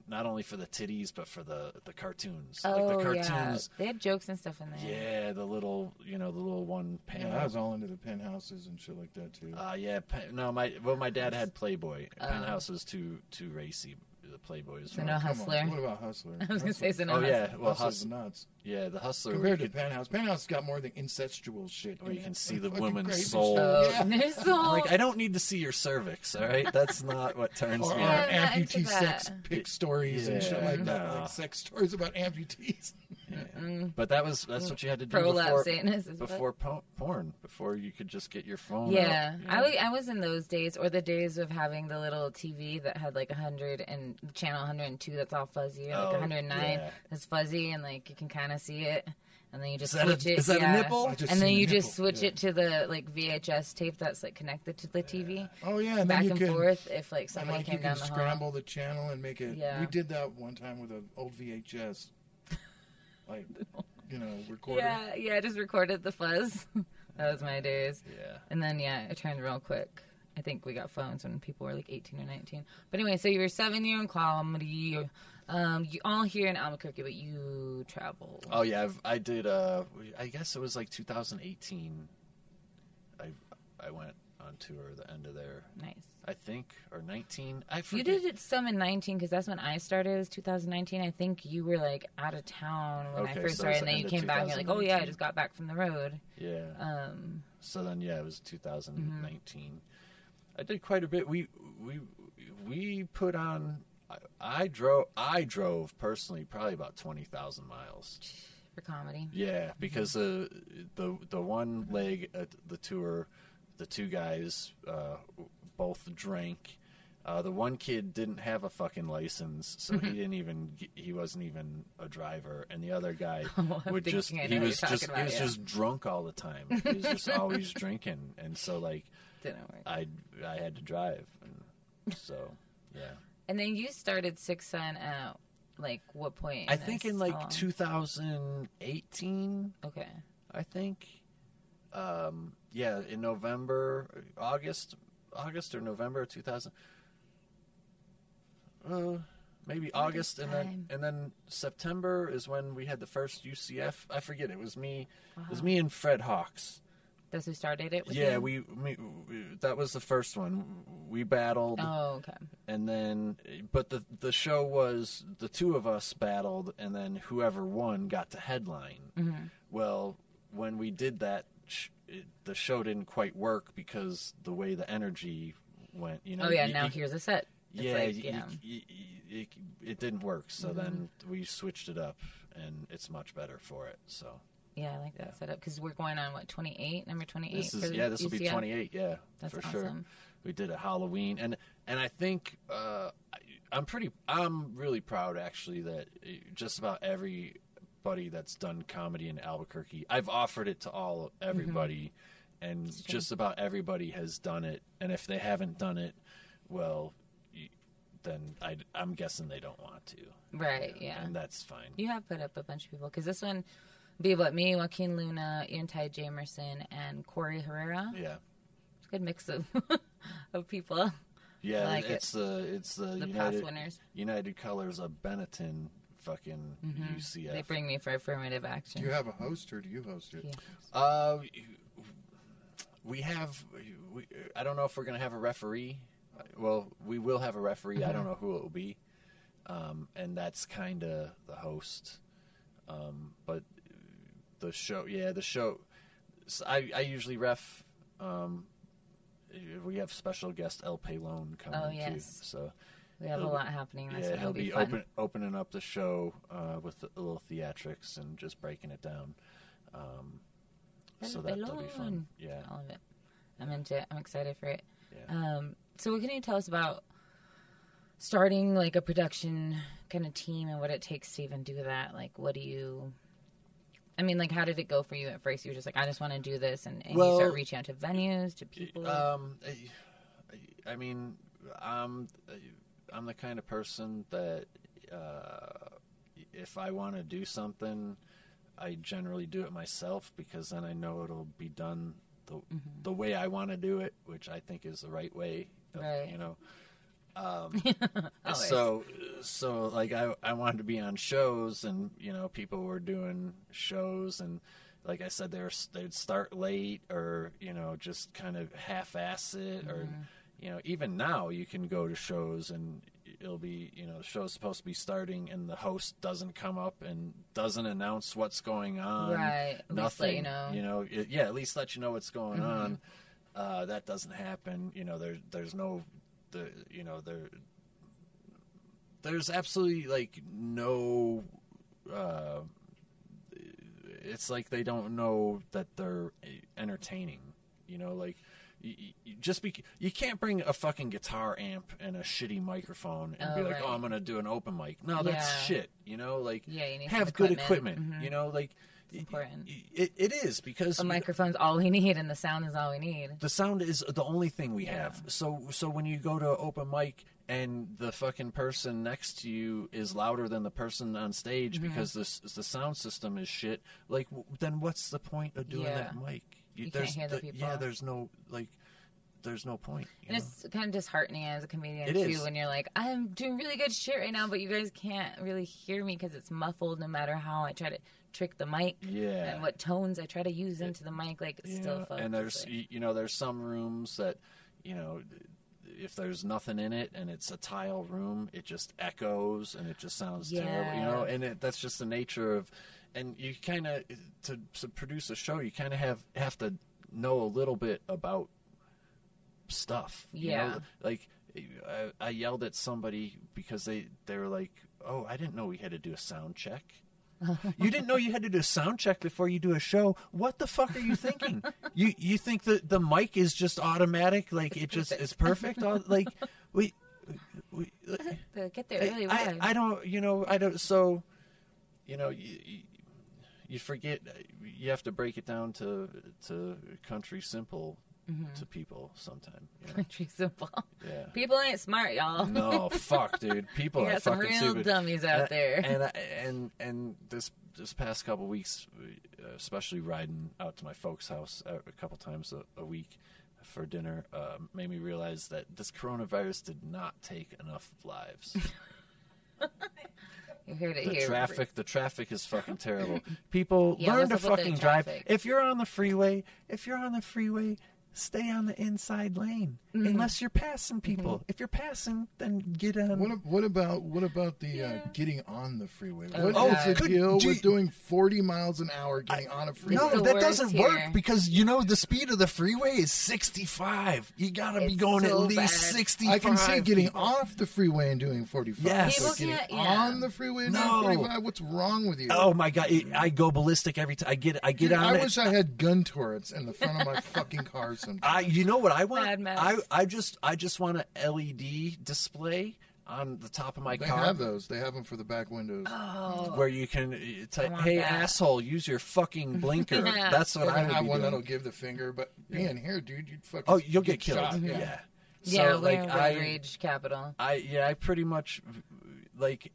C: not only for the titties but for the the cartoons. like the cartoons.
A: Oh, yeah, they had jokes and stuff in there.
C: Yeah, the little you know the little one panel.
B: Yeah, I was all into the penthouses and shit like that too.
C: uh, yeah, pen, no, my well, my dad had Playboy.
A: Oh.
C: Penthouse was too too racy. The Playboy is
A: So
C: more-
A: no
B: Come on,
A: Hustler.
B: What about Hustler?
A: I was gonna say so.
C: Oh yeah, well,
B: Well,
C: hus-
B: Hustler's nuts.
C: yeah, the hustler. where you
B: Compared to
C: could-
B: Penthouse, Penthouse got more of the incestual shit.
C: Where you
B: in
C: can
B: it.
C: see
B: Like
C: the
B: fucking
C: woman's
B: crazy
C: soul.
B: shit.
A: Oh,
B: Yeah.
A: there's so-
C: like I don't need to see your cervix, all right? That's not what turns
B: Or,
C: me
B: or
A: Yeah,
C: on.
A: I'm not into
B: amputee
A: that.
B: sex pic stories and shit
C: Yeah,
B: like that.
C: no.
B: Like sex stories about amputees.
C: Yeah,
A: Mm,
C: But that was that's what you had to do
A: Pro lab
C: before
A: Satanists is what?
C: before po- porn, before you could just get your phone. out,
A: Yeah,
C: you
A: I
C: know?
A: was, I was in those days, or the days of having the little TV that had like 100 and channel 102 that's all fuzzy, or like
C: Oh,
A: 109
C: yeah.
A: that's fuzzy, and like you can kind of see it, and then you just
C: Is that a-
A: switch it.
C: is that a
A: yeah.
C: nipple? I
B: just
A: and then
B: seen a
A: you just
B: nipple,
A: switch
B: yeah.
A: it to the like VHS tape that's like connected to the TV,
B: Oh yeah, and
A: back
B: then you
A: and
B: can,
A: forth. If like
B: And
A: somebody
B: like you
A: came
B: can
A: down the hall,
B: scramble the channel and make it.
A: Yeah.
B: We did that one time with an old VHS, like you know, recorder.
A: yeah, yeah, I just recorded the fuzz. that was my days.
C: yeah.
A: And then yeah, it turned real quick. I think we got phones when people were like 18 or 19. But anyway, so you were seven year in comedy. Um, you all here in Albuquerque, but you traveled.
C: Oh yeah, I've, I did. Uh, we- I guess it was like 2018. I I went on tour the end of there.
A: Nice.
C: I think or 19. I forget.
A: You did it some in 19 because that's when I started. It was 2019. I think you were like out of town when I
C: Okay,
A: first
C: so it
A: started,
C: was the
A: and then
C: end
A: you
C: of
A: came back and you're like, "Oh yeah, I
C: 2019.
A: just got back from the road."
C: Yeah.
A: Um,
C: So then, yeah, it was 2019.
A: Mm-hmm.
C: I did quite a bit. We we we put on. I, I drove. I drove personally probably about 20,000 miles.
A: for comedy.
C: Yeah, because the the the one leg at the tour, the two guys uh, both drank. Uh, the one kid didn't have a fucking license, so
A: Mm-hmm.
C: he didn't even he wasn't even a driver, and the other guy
A: Oh, I'm
C: would just
A: thinking I
C: he
A: know what
C: was
A: you're talking
C: just he
A: about,
C: was
A: yeah.
C: just drunk all the time. He was just always drinking, and so like
A: Didn't work.
C: I I had to drive, and so yeah.
A: And then you started Six Sun at like what point?
C: I
A: this?
C: think in
A: How long?
C: like 2018,
A: Okay.
C: I think. Um, yeah, in November, August, August or November 2000. Uh, maybe August, and then
A: time.
C: and then September is when we had the first UCF. I forget. It was me. It was
A: Wow.
C: me and Fred Hawks.
A: That's who started Uh-huh. it. With
C: yeah,
A: you?
C: we, me- we that was the first one. We battled
A: Oh, okay.
C: and then but the the show was the two of us battled and then whoever won got to headline
A: Mm-hmm.
C: well when we did that sh- it, the show didn't quite work because the way the energy went you know
A: Oh yeah,
C: you-
A: now
C: you-
A: here's a set. It's
C: yeah,
A: like,
C: you-
A: yeah. Mm-hmm.
C: you- you- it, it didn't work so then we switched it up and it's much better for it so
A: Yeah, I like that
C: Yeah.
A: setup because we're going on what 28, number 28.
C: this
A: for
C: is
A: the
C: yeah this will be
A: UCF?
C: 28 yeah
A: E That's
C: for sure
A: awesome.
C: we did a halloween and and i think uh I, i'm pretty i'm really proud actually that uh, just about everybody that's done comedy in albuquerque i've offered it to all everybody
A: Mm-hmm.
C: and just about everybody has done it and if they haven't done it well you, then I, i'm guessing they don't want to
A: Right, yeah.
C: and that's fine
A: You have put up a bunch of people because this one be what me, Joaquin Luna, Ian Ty Jamerson, and Corey Herrera.
C: yeah
A: It's a good mix of of people.
C: yeah
A: like it.
C: it's the it's the,
A: The past
C: united
A: winners.
C: United Colors of Benetton fucking UCF.
A: Mm-hmm. They bring me for affirmative
B: Do
A: action.
B: you have a host or do you host it?
A: Yeah.
C: uh, we have. We, I don't know if we're gonna have a referee. Well, we will have a referee. I
A: Mm-hmm.
C: don't know who it will be, um, and that's kind of the host. Um, but the show, yeah, the show. So I I usually ref. Um, we have special guest El Palone coming
A: Oh,
C: too.
A: yes.
C: So
A: we have a
C: It'll-
A: lot happening. This one
C: yeah,
A: will
C: he'll
A: be,
C: be
A: fun.
C: open, opening up the show uh, with a little theatrics and just breaking it down. Um, so
A: That'll
C: that,
A: be
C: will be fun.
A: long.
C: Yeah,
A: All of it. I'm into it. I'm excited for it.
C: yeah.
A: Um, so, what can you tell us about starting like a production kind of team and what it takes to even do that? Like, what do you? I mean, like, how did it go for you at first? You were just like, I just want to do this, and, and you
C: Well,
A: start reaching out to venues, to people.
C: Um, I- I mean, I'm I'm the kind of person that uh, if I want to do something, I generally do it myself because then I know it'll be done the
A: Mm-hmm.
C: the way I want to do it, which I think is the right way. of-
A: Right.
C: You know.
A: Always.
C: So, so like I, I wanted to be on shows, and you know, people were doing shows, and like I said, they were, they'd start late, or you know, just kind of half-ass it, or
A: Mm-hmm.
C: you know, even now you can go to shows and it'll be you know, the show's supposed to be starting, and the host doesn't come up and doesn't announce what's going on,
A: Right. At least let
C: Nothing,
A: you know. Mm-hmm.
C: you know, it- yeah, at least let you know what's going on. Uh, that doesn't happen, you know. There's there's no, the you know there there's absolutely like no uh it's like they don't know that they're eh, entertaining. You know, like you, you just be you can't bring a fucking guitar amp and a shitty microphone and be
A: Oh,
C: like,
A: right.
C: oh, I'm gonna do an open mic. No, that's
A: Yeah.
C: shit. You know, like
A: Yeah, you need some
C: have good
A: equipment. Mm-hmm.
C: equipment. You know, like
A: important.
C: It, it is because
A: A microphone's all we need, and the sound is all we need.
C: the sound is the only thing we have. So so when you go to open mic and the fucking person next to you is louder than the person on stage
A: Mm-hmm.
C: because this the sound system is shit. Like w- then what's the point of doing that
A: Yeah.
C: mic?
A: You can't
C: there's
A: hear the people.
C: Yeah, there's no like there's no point. you
A: And
C: know?
A: it's kind of disheartening as a comedian
C: It
A: too,
C: is.
A: when you're like, I'm doing really good shit right now, but you guys can't really hear me because it's muffled. No matter how I try to trick the mic,
C: Yeah.
A: and what tones I try to use into the mic, like it's
C: Yeah,
A: still fucked. It's
C: and there's
A: like-
C: y you know there's some rooms that you know if there's nothing in it and it's a tile room it just echoes and it just sounds terrible you know
A: Yeah.
C: and it, that's just the nature of and you kind of to, to produce a show you kind of have have to know a little bit about stuff you know?
A: Yeah.
C: like I, I yelled at somebody because they they were like oh i didn't know we had to do a sound check you didn't know you had to do a sound check before you do a show. What the fuck are you thinking? you you think that the mic is just automatic, like it just is perfect? All, like we, we
A: They get there
C: I,
A: really
C: I,
A: wide.
C: I don't, you know, I don't. So, you know, you, you- you forget. You have to break it down to to country simple
A: Mm-hmm.
C: to people sometime. you know?
A: Country simple.
C: Yeah.
A: People ain't smart, y'all.
C: No, fuck, dude. People
A: You
C: are
A: got some
C: fucking
A: real
C: stupid.
A: dummies out
C: And-
A: there.
C: And I- and and this this past couple weeks, uh, especially riding out to my folks' house a a couple times a, a week for dinner, uh, made me realize that this coronavirus did not take enough lives.
A: You heard it
C: The
A: here.
C: traffic, the traffic is fucking terrible. People
A: Yeah,
C: learn
A: what's
C: to
A: up with the
C: fucking drive.
A: traffic?
C: If you're on the freeway, if you're on the freeway, stay on the inside lane
A: Mm-hmm.
C: unless you're passing people. If you're passing, then get on.
B: What, ab- what about what about the uh,
A: Yeah.
B: getting on the freeway?
A: Oh,
B: What is
A: Oh,
B: the
C: could-
B: deal
C: gee-
B: with doing forty miles an hour getting on a freeway?
A: It's
C: No,
A: the
C: that
A: worst
C: doesn't
A: here.
C: work because you know the speed of the freeway is 65. You gotta be
A: It's
C: going at
A: so
C: least
A: bad.
C: 65.
B: I can see getting
C: people.
B: off the freeway and doing forty-five.
C: Yes.
B: but
A: People
B: getting
A: can't- yeah.
B: on the freeway and
C: No.
B: doing forty-five. What's wrong with you?
C: Oh my god, it, I go ballistic every time I get I get
B: Dude,
C: on
B: I
C: it.
B: wish I had gun turrets in the front of my fucking car sometimes.
C: I you know what I
A: Mad
C: want?
A: Max.
C: I I just I just want a LED display on the top of my
B: They
C: car
B: have those. They have them for the back windows.
A: Oh,
C: where you can uh,
A: I
C: type,
A: want
C: "Hey
A: that.
C: asshole, use your fucking blinker."
A: Yeah.
C: That's
B: They're
C: what
B: gonna
C: I would
B: have
C: be
B: one
C: doing.
B: that'll give the finger, but being here, dude, you'd fucking
C: Oh, you'll get killed.
B: shot,
C: Yeah.
A: yeah,
C: So
A: we're
C: like
A: in road
C: I
A: rage capital.
C: I yeah, I pretty much like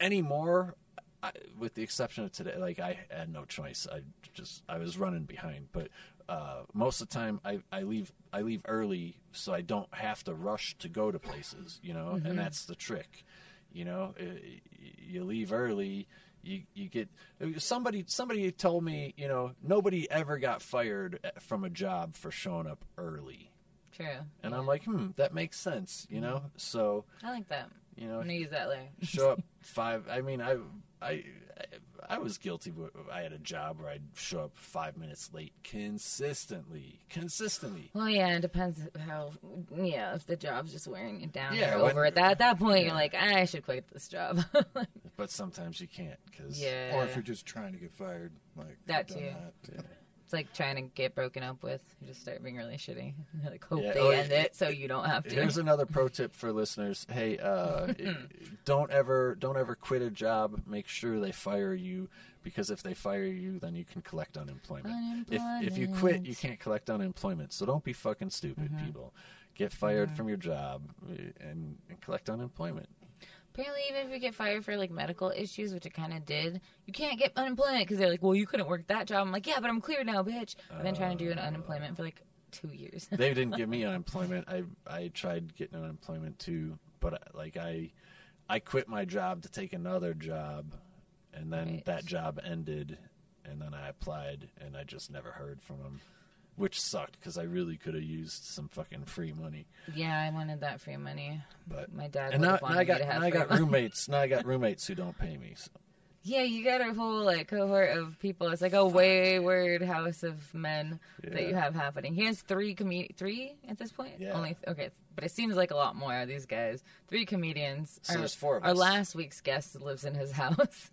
C: anymore. I, with the exception of today, like I had no choice. I just I was running behind, but uh, most of the time I, I leave I leave early so I don't have to rush to go to places, you know, and that's the trick, you know. Uh, y- You leave early, you you get somebody somebody told me, you know, nobody ever got fired uh, from a job for showing up early,
A: True.
C: and I'm like, hmm, that makes sense, you know. So
A: I like that.
C: you know,
A: I'm gonna use that later.
C: show up five. I mean, I, I, I was guilty. where I had a job where I'd show up five minutes late consistently, consistently.
A: Well, yeah, it depends how. Yeah, if the job's just wearing you down,
C: Yeah,
A: yeah,
C: when-
A: over it. That at that point,
C: yeah.
A: you're like, I should quit this job.
C: But sometimes you can't because
A: yeah,
B: Or if you're just trying to get fired, like
A: That
B: I've done
A: too.
B: that.
A: it's like trying to get broken up with. You just start being really shitty. You're like, hope
C: Yeah,
A: they
C: oh,
A: end
C: yeah.
A: it so you don't have to.
C: Here's another pro tip for listeners. Hey, uh, don't ever don't ever quit a job. Make sure they fire you because if they fire you, then you can collect unemployment. If if you quit, you
A: Unemployment. Uh-huh.
C: can't collect unemployment. So don't be fucking stupid, people. Get fired from your job uh, and, and collect unemployment.
A: Apparently, even if you get fired for like medical issues, which I kind of did, you can't get unemployment because they're like, well, you couldn't work that job. I'm like, yeah, but I'm clear now, bitch. I've been trying to
C: Uh.
A: do an unemployment for like two years.
C: they didn't give me unemployment. I I tried getting unemployment too, but I- like I I quit my job to take another job, and then
A: Right.
C: that job ended, and then I applied, and I just never heard from them, which sucked because I really could have used some fucking free money.
A: yeah, I wanted that free money.
C: But
A: My dad would
C: and now,
A: have
C: now
A: wanted
C: I got
A: me to have
C: now I
A: free
C: got
A: money.
C: roommates now I got roommates who don't pay me. So.
A: Yeah, you got a whole like cohort of people. It's like a wayward house of men that you
C: Yeah.
A: have happening. He has three comed three at this point.
C: Yeah.
A: Only okay, but it seems like a lot more. These guys, three comedians.
C: So
A: Our-
C: there's four of
A: Our
C: us.
A: last week's guest lives in his house.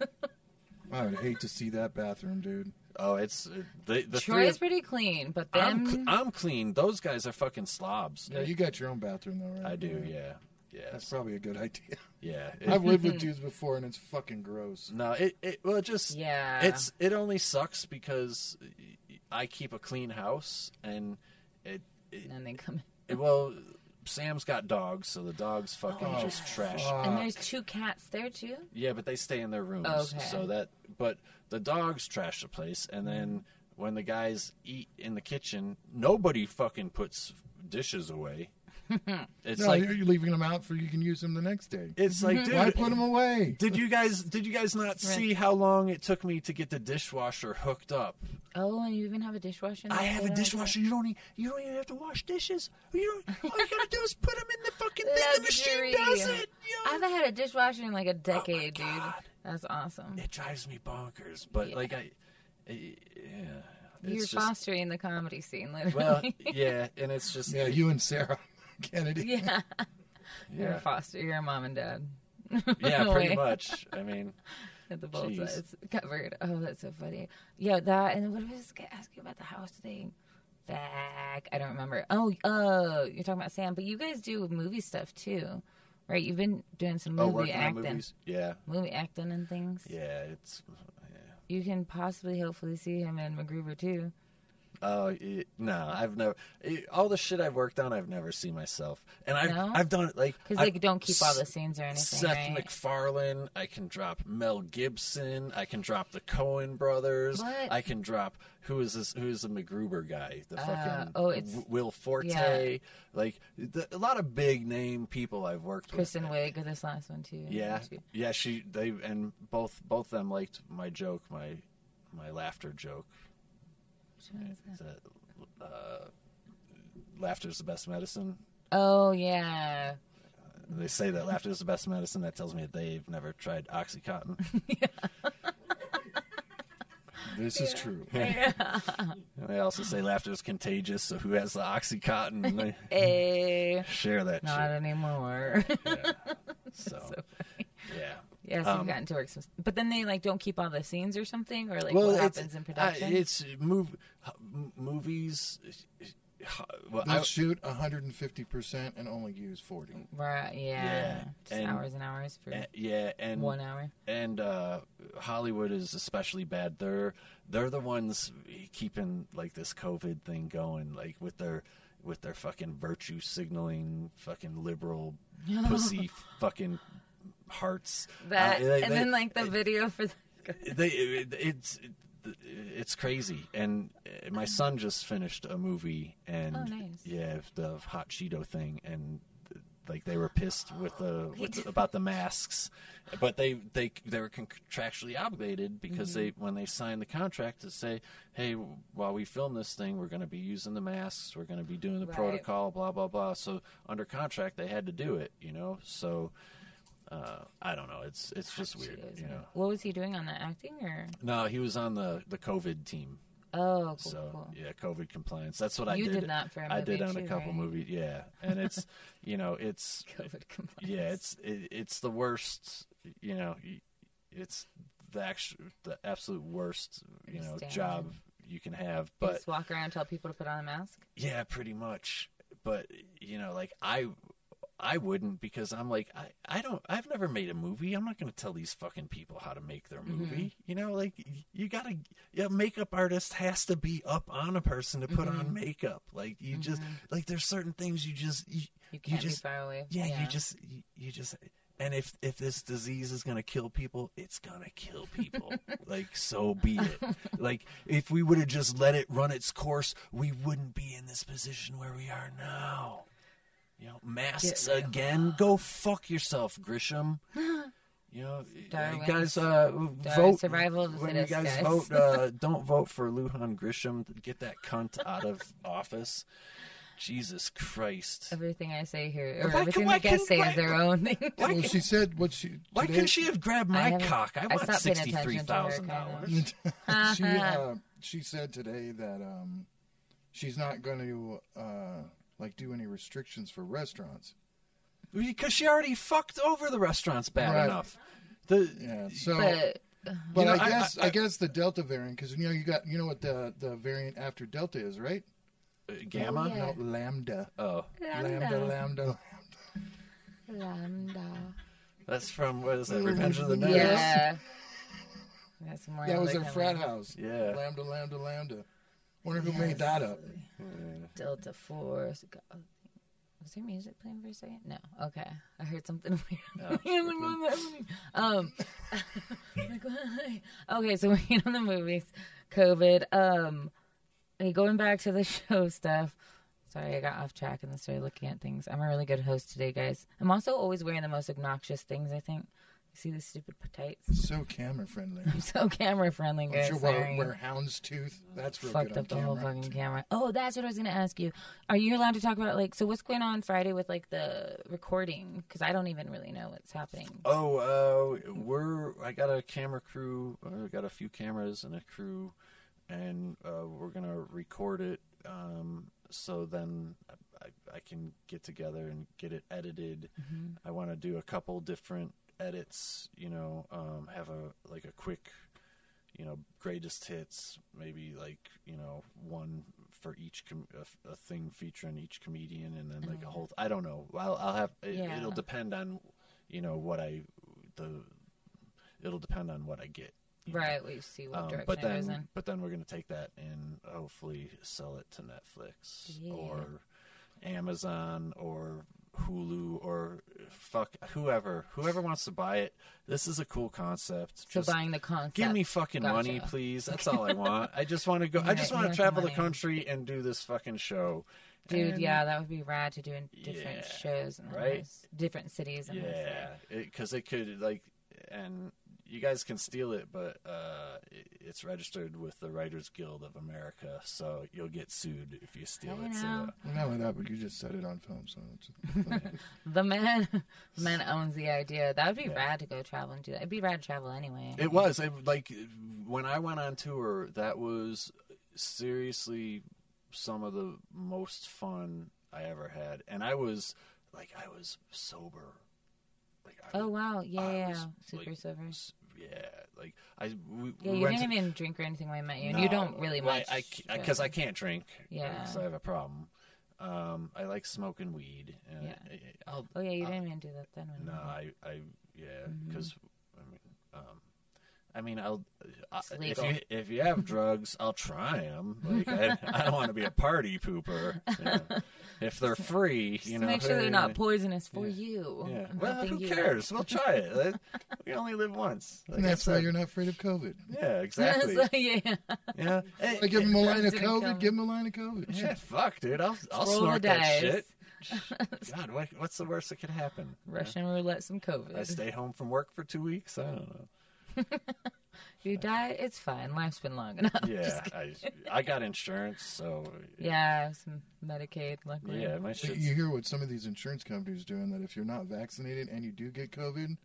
B: I would hate to see that bathroom, dude.
C: Oh, it's uh, the the
A: Troy
C: three.
A: is
C: Of,
A: pretty clean, but
C: I'm
A: them.
C: cl- I'm clean. Those guys are fucking slobs.
B: Yeah, you got your own bathroom though, right?
C: I do. Yeah. Yeah.
B: That's probably a good idea.
C: Yeah. It-
B: I've lived with dudes before, and it's fucking gross.
C: no. It. It. Well, it just.
A: yeah.
C: It's. It only sucks because I keep a clean house and it. it,
A: And they come.
C: it- well, Sam's got dogs, so the dogs fucking
B: Oh,
C: just trash.
B: fuck.
A: and there's two cats there too.
C: Yeah, but they stay in their rooms.
A: Okay.
C: So that, but the dogs trash the place, and then when the guys eat in the kitchen, nobody fucking puts dishes away. It's
B: no,
C: like
B: you're leaving them out for you can use them the next day.
C: it's like, dude,
B: Why put them away?
C: did you guys did you guys not see how long it took me to get the dishwasher hooked up?
A: Oh, and you even have a dishwasher. in
C: I
A: there?
C: have a
A: That's-
C: dishwasher. You don't e you don't even have to wash dishes. You don't, all you gotta do is put them in the fucking thing. The machine
A: Luxury.
C: does it.
A: I
C: yo.
A: haven't had a dishwasher in like a decade, dude.
C: Oh God.
A: That's awesome.
C: It drives me bonkers, but
A: Yeah.
C: like I, I- yeah, it's
A: You're
C: just-
A: fostering the comedy scene, literally.
C: Well, yeah, and it's just
B: Yeah, you and Sarah Kennedy.
A: yeah. You're
C: yeah,
A: a foster. You're a mom and dad.
C: yeah, pretty
A: Way.
C: much. I mean,
A: At the both
C: Jeez.
A: sides covered. Oh, that's so funny. Yeah, that and what was I asking about the house thing? Back, I don't remember. Oh, uh, you're talking about Sam, but you guys do movie stuff too, right? You've been doing some
C: oh,
A: movie
C: working on
A: acting,
C: movies. Yeah,
A: movie acting and things.
C: yeah, it's yeah.
A: You can possibly, hopefully, see him in MacGruber too.
C: Oh it, no, I've never. It, all the shit I've worked on, I've never seen myself, and I've
A: No?
C: I've done it like
A: Because
C: I've-
A: they don't keep all the
C: S-
A: scenes or anything,
C: Seth
A: right?
C: MacFarlane. I can drop Mel Gibson. I can drop the Cohen brothers.
A: What?
C: I can drop who is this? Who is the MacGruber guy? The
A: Uh,
C: fucking
A: oh, it's-
C: W- Will Forte.
A: yeah.
C: Like the, a lot of big name people I've worked
A: Kristen
C: with.
A: Wiig or this last one too.
C: Yeah,
A: She-
C: yeah. She they and both both them liked my joke, my my laughter joke.
A: which one is that?
C: That, uh, laughter's the best medicine.
A: Oh yeah,
C: They say that laughter is the best medicine. That tells me that they've never tried OxyContin.
B: This is true.
C: And they also say laughter is contagious. So who has the OxyContin? They
A: Eh. hey,
C: share that
A: not anymore.
C: shit. So,
A: so
C: yeah.
A: Yes,
C: Um,
A: you've gotten to work some, but then they like don't keep all the scenes or something, or like
C: well,
A: what
C: it's-
A: happens in
C: I-
A: production.
C: it's mov- m- movies. uh, Well,
B: They'll
C: I,
B: shoot 150% and only use 40.
A: right? Yeah,
C: Yeah,
A: just
C: and-
A: hours and hours for
C: uh, yeah, and
A: one hour.
C: and uh, Hollywood is especially bad. They're they're the ones keeping like this COVID thing going, like with their with their fucking virtue signaling, fucking liberal pussy fucking hearts.
A: That
C: Uh, they-
A: and
C: they-
A: then like the video for the,
C: they it, it's it's crazy and uh, my son just finished a movie and
A: Oh, nice.
C: yeah the hot cheeto thing and uh, like they were pissed with the with the- about the masks but they they they were contractually obligated because they
A: Mm-hmm.
C: when they signed the contract to say hey while we film this thing we're going to be using the masks we're going to be doing the
A: Right.
C: protocol blah blah blah so under contract they had to do it you know so uh, I don't know. It's it's just weird,
A: Cheetos,
C: you
A: man.
C: know.
A: What was he doing on that acting or?
C: No, he was on the the COVID team.
A: Oh, cool.
C: So
A: cool.
C: yeah, COVID compliance. That's what I
A: You
C: did.
A: did that for a
C: I did
A: movie
C: on a
A: too,
C: couple
A: right?
C: movies. Yeah, and it's you know it's
A: COVID compliance.
C: yeah it's it, it's the worst. You know, y- it's the actual the absolute worst you know
A: Understand.
C: job you can have.
A: You
C: But
A: just walk around and tell people to put on a mask.
C: yeah, pretty much. But you know, like I. I wouldn't because I'm like I, I don't I've never made a movie. I'm not going to tell these fucking people how to make their movie. You know, like y- you got to a makeup artist has to be up on a person to put on makeup. Like you just like there's certain things you just you,
A: Mm-hmm. You
C: you
A: can't
C: just
A: be far away.
C: yeah, you just you, you just and if if this disease is gonna kill people, it's gonna kill people. like so be it. Like if we would have just let it run its course, we wouldn't be in this position where we are now. You know, masks
A: Get real.
C: again. Go fuck yourself, Grisham. You know,
A: Darwin's-
C: you guys uh, vote.
A: Darwin's survival of the
C: when you
A: fittest,
C: guys,
A: guys.
C: vote, uh, don't vote for Luhan Grisham. Get that cunt out of office. Jesus Christ.
A: Everything I say here, or
C: Why
A: everything
C: can- why
A: the guests say
C: can- why-
A: is their own thing.
C: Why
B: Well,
C: can't-
B: she said what she.
C: Why
B: today-
C: couldn't she have grabbed my
A: haven't-
C: cock? I
A: I
C: want
A: stopped paying
C: sixty
A: attention to her
C: three thousand
A: comment.
C: dollars.
B: she
A: Uh-huh.
B: uh, she said today that um, she's not going to uh, like do any restrictions for restaurants.
C: Because she already fucked over the restaurants bad
B: Right.
C: enough. The
B: Yeah, so
A: but
B: But
C: know,
B: I
C: I-
B: guess I,
C: I-
B: guess the Delta variant because you know you got you know what the the variant after Delta is right?
C: Uh, Gamma?
A: Oh, Yeah.
B: No, lambda.
C: Oh,
B: Lambda, lambda, lambda.
A: Lambda.
C: that's from, what is that, Revenge of the Nerds?
A: Mm. Yeah. That's some
B: That
A: lambda
B: was their
A: coming.
B: frat house.
C: Yeah.
B: Lambda, lambda, lambda. Wonder who made that up.
A: Delta Force. Go- oh, Was there music playing for a second? No. Okay. I heard something
B: Oh,
A: weird. um, I'm like, why? Okay, so we're in on the movies. COVID. Um, hey, going back to the show stuff. Sorry, I got off track and started looking at things. I'm a really good host today, guys. I'm also always wearing the most obnoxious things, I think. You see the stupid tights?
B: So camera friendly.
A: I'm so camera friendly,
B: I'm
A: guys.
B: Oh, sure
A: sorry
B: we're, we're houndstooth. That's real
A: fucked
B: good on
A: up the
B: camera.
A: whole fucking camera. Oh, that's what I was going to ask you. Are you allowed to talk about like so what's going on Friday with like the recording? Because I don't even really know what's happening.
C: Oh, uh, we're I got a camera crew. uh, I got a few cameras and a crew, and uh, we're gonna record it. Um, so then I, I can get together and get it edited. I want to do a couple different edits. You know, um, have a like a quick, you know, greatest hits. Maybe like you know one for each com- a, f- a thing featuring each comedian, and then like a whole. I don't know. I'll, I'll have it,
A: Yeah.
C: it'll depend on you know what I the it'll depend on what I get. you know.
A: Right, what you see, what
C: Um,
A: direction
C: but
A: it goes in.
C: then but then we're gonna take that and hopefully sell it to Netflix
A: Yeah.
C: or Amazon or Hulu or fuck whoever whoever wants to buy it. This is a cool concept.
A: So
C: Just
A: buying the concept.
C: Give me fucking
A: Gotcha.
C: money, please. That's all I want. I just want to go. I just
A: Yeah,
C: want
A: yeah,
C: to travel the
A: money.
C: country and do this fucking show.
A: Dude,
C: And-
A: yeah, that would be rad to do in different
C: Yeah,
A: shows and
C: right?
A: those- different cities and those,
C: yeah because it, could like and you guys can steal it but uh it, it's registered with the writers guild of america so you'll get sued if you steal
A: I
C: it
A: know.
B: Well, not with that, but you just said it on film, so it's
A: The man the man owns the idea. That would be
C: Yeah.
A: rad to go travel and do that. It'd be rad to travel anyway.
C: so it was it, like when i went on tour that was seriously some of the most fun i ever had and i was like i was sober like I
A: oh
C: was-
A: wow, yeah,
C: I
A: yeah.
C: was,
A: Super
C: like,
A: sober.
C: s- yeah like i we,
A: Yeah,
C: we
A: you
C: went
A: didn't
C: to-
A: even drink or anything when I met you. and you
C: No,
A: don't really
C: well, I-
A: much.
C: I
A: uh,
C: because I, can't drink.
A: Yeah.
C: because I have a problem. Um, I like smoking weed. And
A: Yeah.
C: I, will
A: Oh yeah, you
C: I-
A: didn't even do that then. when
C: no,
A: we met.
C: I, I, yeah,
A: Mm-hmm.
C: because I mean, um, I mean, I'll I,
A: It's
C: if
A: legal.
C: you if you have drugs, I'll try them. Like I, I don't want to be a party pooper. you know. If they're free, you
A: Just
C: know,
A: make sure they're
C: hey,
A: not poisonous for
C: yeah.
A: you.
C: Yeah.
A: and
C: Well,
A: helping
C: who
A: you.
C: cares? We'll try it. Like, We only live once. Like
B: and
C: I
B: that's why
C: said.
B: you're not afraid of COVID.
C: Yeah,
A: So,
C: exactly.
A: uh, yeah.
C: yeah. Hey,
B: I give him a line of
A: Didn't come.
B: COVID. Give him a line of COVID.
C: Yeah, fuck, dude. I'll
A: roll
C: I'll
A: the
C: snort that
A: dice.
C: shit. God, what, what's the worst that could happen?
A: Russian roulette, some
C: I
A: COVID.
C: stay home from work for two weeks. I don't know.
A: you die, it's fine. Life's been long enough.
C: Yeah, I I got insurance, so
A: Yeah, some Medicaid, luckily.
C: yeah, my
B: So
C: shit's
B: you hear what some of these insurance companies doing that if you're not vaccinated and you do get COVID,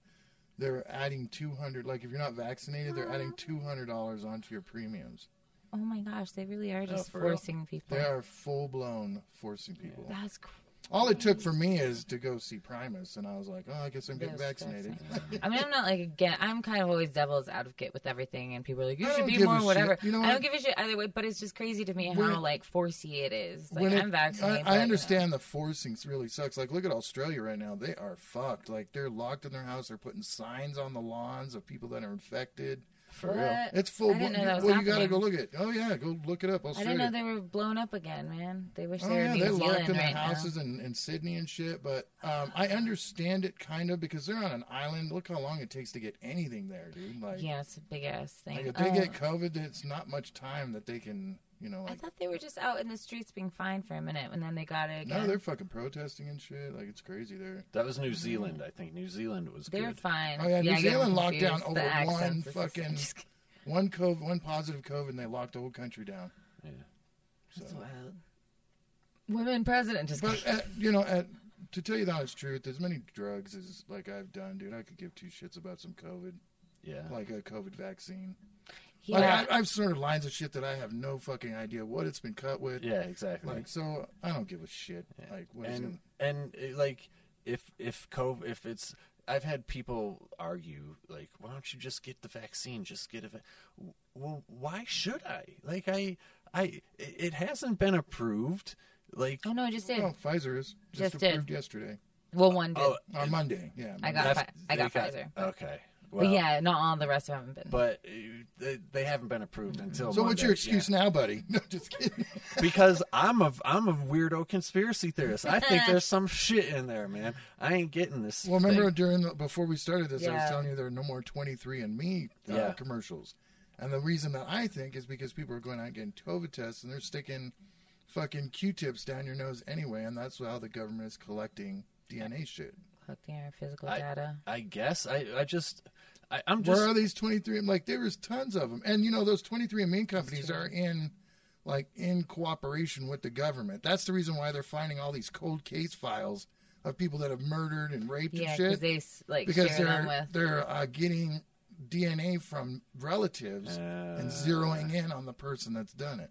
B: they're adding 200 like if you're not vaccinated, they're adding $200 onto your premiums.
A: Oh my gosh, they really are just
C: for real.
A: forcing people.
B: They are full blown forcing people.
A: That's cr-
B: All it took for me is to go see Primus and I was like, "Oh, I guess I'm getting
A: Yes,
B: vaccinated."
A: I mean, I'm not like again. I'm kind of always devil's advocate with everything, and people are like, "You
B: I
A: should
B: don't
A: be
B: give
A: more
B: a shit.
A: whatever."
B: You know
A: I
B: what?
A: don't give a shit either way, but it's just crazy to me
B: When
A: how
B: it-
A: like forcey it is. Like
B: When it-
A: I'm vaccinated.
B: I, I
A: but,
B: understand the forcing really sucks. Like, look at Australia right now; they are fucked. Like, they're locked in their house. They're putting signs on the lawns of people that are infected.
C: for
A: What?
C: real.
B: It's full.
A: I didn't know that was
B: well, you gotta
A: happening.
B: go look at. Oh yeah, go look it up.
A: I
B: Australia.
A: didn't know they were blown up again, man. They wish they
B: Oh,
A: were
B: yeah,
A: in New
B: they're
A: Zealand
B: locked in
A: right
B: their houses in, in Sydney and shit. But um, I understand it kind of because they're on an island. Look how long it takes to get anything there, dude.
A: now.
B: Like,
A: Yeah, it's a big ass thing.
B: like if they
A: Oh,
B: get COVID, it's not much time that they can, you know,
A: I
B: like.
A: thought they were just out in the streets being fine for a minute, and then they got it
B: No,
A: again.
B: they're fucking protesting and shit. Like it's crazy there.
C: That was New Zealand, I think. New Zealand was
A: They're
C: good.
A: fine.
B: Oh, yeah, New
A: I get them
B: Zealand locked
A: confused.
B: down
A: The
B: over one
A: accents is the
B: fucking-
A: same. Just kidding.
B: One COVID, one positive COVID, and they locked the whole country down.
C: Yeah.
B: So,
A: That's wild. Women president just.
B: but uh, at, you know, at, to tell you the honest truth, as many drugs as like I've done, dude, I could give two shits about some COVID,
C: Yeah.
B: like a COVID vaccine.
A: yeah,
B: Like I, I've snorted lines of shit that I have no fucking idea what it's been cut with.
C: yeah, exactly.
B: Like so, I don't give a shit. Like what is
C: and and uh, like if if COVID if it's I've had people argue like, "Why don't you just get the vaccine? Just get a." Va-. Well, why should I? Like, I, I, it hasn't been approved. Like,
A: Oh no, I just did.
B: Well, Pfizer is just,
A: Just did.
B: approved yesterday
A: Well, one did.
C: oh,
B: on Monday. Yeah,
A: I got
C: that's-
A: Fi- I got
C: they
A: Pfizer.
C: Okay,
A: but
C: well,
A: yeah, not all the rest of them have been.
C: but uh, they, they haven't been approved until.
B: So what's
C: Monday,
B: your
C: yeah.
B: excuse now, buddy? No, just kidding.
C: because I'm a I'm a weirdo conspiracy theorist. I think there's some shit in there, man. I ain't getting this.
B: Well, remember
C: thing.
B: during the, before we started this, I was
A: Yeah.
B: telling you there are no more 23andMe uh,
C: Yeah.
B: commercials, and the reason that I think is because people are going out and getting COVID tests and they're sticking fucking Q-tips down your nose anyway, and that's how the government is collecting DNA shit.
A: Hooked in our physical
C: I-
A: data.
C: I guess I I just I, I'm
B: Where
C: just
B: are these 23? Like there was tons of them, and you know those 23andMe companies are in. Like in cooperation with the government. That's the reason why they're finding all these cold case files of people that have murdered and raped
A: Yeah,
B: and shit.
A: because they s- like
B: because
A: share them
B: they're
A: with.
B: they're uh, getting DNA from relatives and
C: Uh.
B: zeroing in on the person that's done it.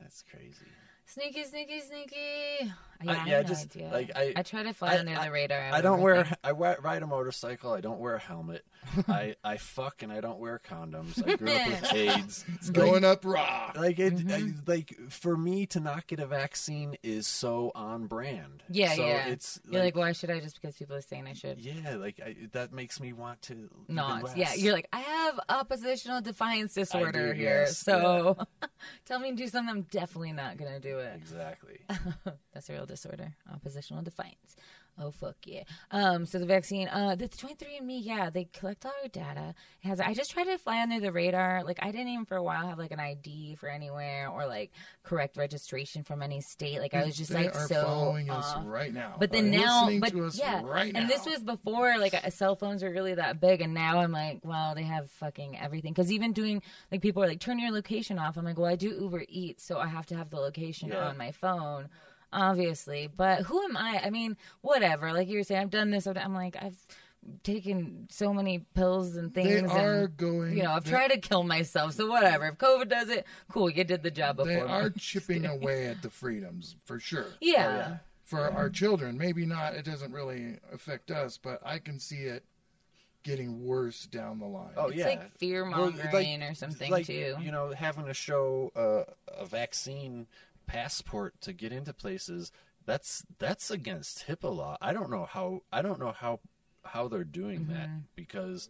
C: that's crazy.
A: Sneaky, sneaky, sneaky. Yeah,
C: I-
A: I,
C: yeah,
A: have no
C: just,
A: idea.
C: like, I-
A: I try to fly
C: I-
A: under the radar. of
C: I don't wear
A: everything.
C: I wi- ride a motorcycle. I don't wear a helmet. I I fuck and I don't wear condoms. I grew up with AIDS.
B: It's going up raw.
C: Like it,
A: Mm-hmm.
C: I, like for me to not get a vaccine is so on brand.
A: Yeah,
C: so
A: yeah.
C: It's
A: you're like, why should I? Just because people are saying I should.
C: yeah, like I, that makes me want to even
A: Not.
C: less.
A: Yeah, you're like, I have oppositional defiance disorder here,
C: yes,
A: so tell me to do something. I'm definitely not gonna do it.
C: exactly.
A: That's a real disorder. Oppositional defiance. Oh fuck yeah. Um, so the vaccine, uh, the 23andMe, yeah, they collect all our data. It has I just tried to fly under the radar. Like I didn't even for a while have like an ID for anywhere or like correct registration from any state. Like I was just
B: they
A: like
B: are
A: so uh,
B: following us
A: off.
B: right now.
A: But then
B: They're
A: now,
B: listening
A: but
B: to us
A: yeah,
B: right now.
A: and this was before like uh, cell phones were really that big, and now I'm like, wow, they have fucking everything. Because even doing like people are like, turn your location off. I'm like, well, I do Uber Eats, so I have to have the location
C: Yeah.
A: on my phone, obviously. But who am I? I mean, whatever. Like you were saying, I've done this. I've done, I'm like, I've taken so many pills and things.
B: they
A: and,
B: are going.
A: You know, I've
B: they,
A: tried to kill myself, so whatever. If COVID does it, cool, you did the job before.
B: They
A: me.
B: are chipping away at the freedoms for sure.
A: yeah.
B: For our children, maybe not. It doesn't really affect us, but I can see it getting worse down the line.
C: Oh yeah,
A: It's like fear
C: Well,
A: mongering
C: like-
A: or something
C: like,
A: too.
C: You know, having to show a, a vaccine passport to get into places that's that's against HIPAA law. I don't know how I don't know how how they're doing that
A: Mm-hmm.
C: because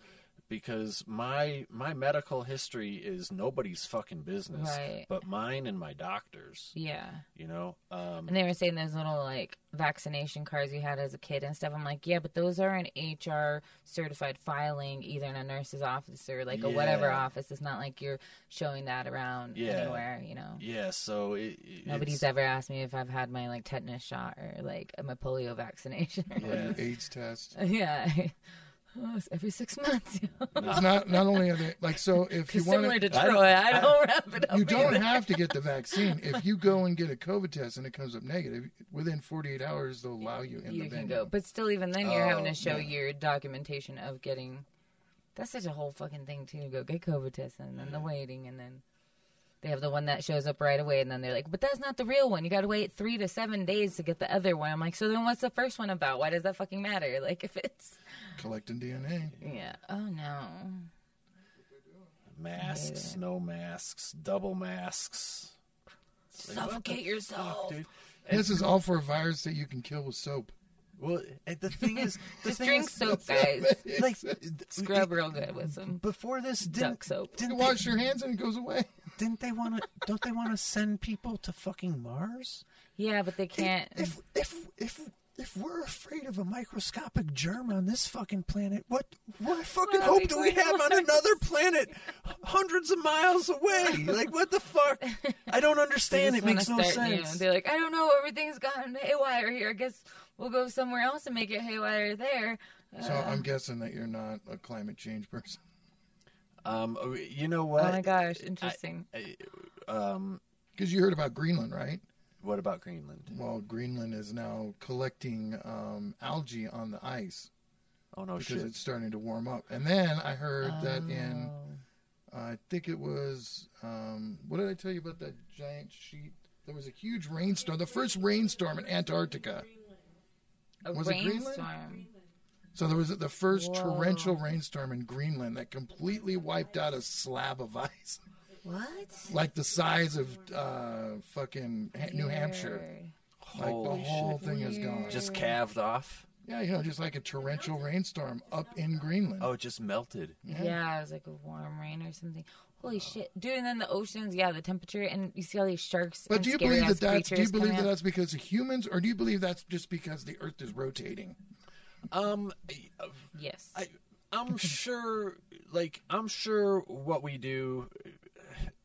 C: because my my medical history is nobody's fucking business
A: Right.
C: but mine and my doctor's.
A: Yeah.
C: You know, um,
A: And they were saying those little like vaccination cards you had as a kid and stuff. I'm like, yeah, but those are an HR certified filing, either in a nurse's office or like a whatever
C: Yeah.
A: office. It's not like you're showing that around
C: Yeah.
A: anywhere, you know.
C: yeah. So it, it-
A: Nobody's
C: it's-
A: ever asked me if I've had my like tetanus shot or like my polio vaccination.
C: Yeah.
B: AIDS test.
A: yeah. Oh, it's every six months.
B: It's not not only are they like so. If you want
A: Similar to
C: I don't-
A: Troy, I
C: I-
A: don't, wrap it up.
B: You don't
A: either.
B: have to get the vaccine. If you go and get a COVID test and it comes up negative, within 48 hours they'll allow you in
A: you
B: the
A: can
B: venue.
A: go. But still, even then, you're having
C: Oh,
A: to show
C: yeah.
A: your documentation of getting. That's such a whole fucking thing too. Go get COVID test and then the waiting and then they have the one that shows up right away and then they're like, but that's not the real one. You got to wait three to seven days to get the other one. I'm like, so then what's the first one about? Why does that fucking matter? Like if it's
B: Collecting DNA.
A: yeah, oh no,
C: masks, no masks, double masks. It's like, what the
A: suffocate yourself.
C: fuck, dude?
B: This is all for a virus that you can kill with soap.
C: Well, and the thing is, the
A: Just
C: thing
A: drink
C: is,
A: soap, guys.
C: Like
A: Scrub real good with some
C: before this, didn't
A: duck soap.
B: You
C: didn't they,
B: wash your hands and it goes away.
C: didn't they want to? Don't they want to send people to fucking Mars?
A: Yeah, but they can't.
C: If if if if we're afraid of a microscopic germ on this fucking planet, what what fucking
A: What are
C: hope
A: we
C: do we
A: going
C: have
A: to
C: on
A: Mars?
C: another planet, hundreds of miles away? Like what the fuck? I don't
A: They
C: understand.
A: just
C: It makes no
A: wanna start new.
C: sense.
A: They're like, I don't know, everything's gotten haywire here. I guess we'll go somewhere else and make it haywire there. Uh,
B: So uh, I'm guessing that you're not a climate change person.
C: Um, you know what? um,
A: oh my gosh, interesting.
B: Because you heard about Greenland, right?
C: What about Greenland?
B: Well, Greenland is now collecting um, algae on the ice
C: Oh no,
B: because
C: shit.
B: it's starting to warm up. And then I heard that in,
A: Oh.
B: I think it was, um, what did I tell you about that giant sheet? There was a huge rainstorm, the first rainstorm in Antarctica.
A: a
B: was it Greenland?
A: rainstorm.
B: So there was the first
A: Whoa.
B: torrential rainstorm in Greenland that completely wiped out a slab of ice,
A: What?
B: like the size of uh, fucking Ha- New Hampshire.
A: Weird.
B: Like the
C: Holy
B: whole
C: shit.
B: thing is gone.
C: Just calved off.
B: yeah, you know, just like a torrential rainstorm up in Greenland.
C: Oh, it just melted.
A: Yeah. it was like a warm rain or something. Holy shit, dude! And then the oceans, yeah, the temperature, and you see all these sharks.
B: But
A: and
B: do you believe
A: scary-ass
B: that that's do you
A: creatures
B: believe
A: coming
B: that
A: out.
B: that's because of humans, or do you believe that's just because the Earth is rotating?
C: Um,
A: Yes.
C: I, I'm sure, like, I'm sure what we do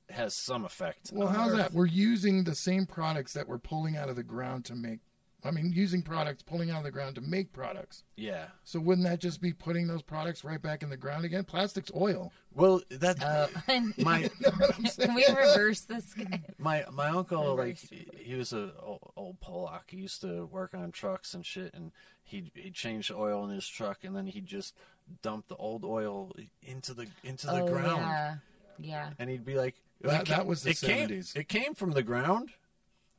C: has some effect.
B: Well,
C: on
B: how's
C: Earth.
B: that? We're using the same products that we're pulling out of the ground to make. I mean, using products, pulling out of the ground to make products.
C: Yeah.
B: So wouldn't that just be putting those products right back in the ground again? Plastic's oil.
C: Well, that
B: uh,
A: Uh,
C: my
A: Can we reverse this guy?
C: my my uncle like
A: Reversed.
C: he was a old, old Polak. He used to work on trucks and shit, and he he changed the oil in his truck, and then he just dumped the old oil into the into the
A: oh,
C: ground,
A: Yeah. Yeah.
C: and he'd be like,
B: That-
C: "It
B: that was the
C: it came-
B: 70s.
C: It came from the ground."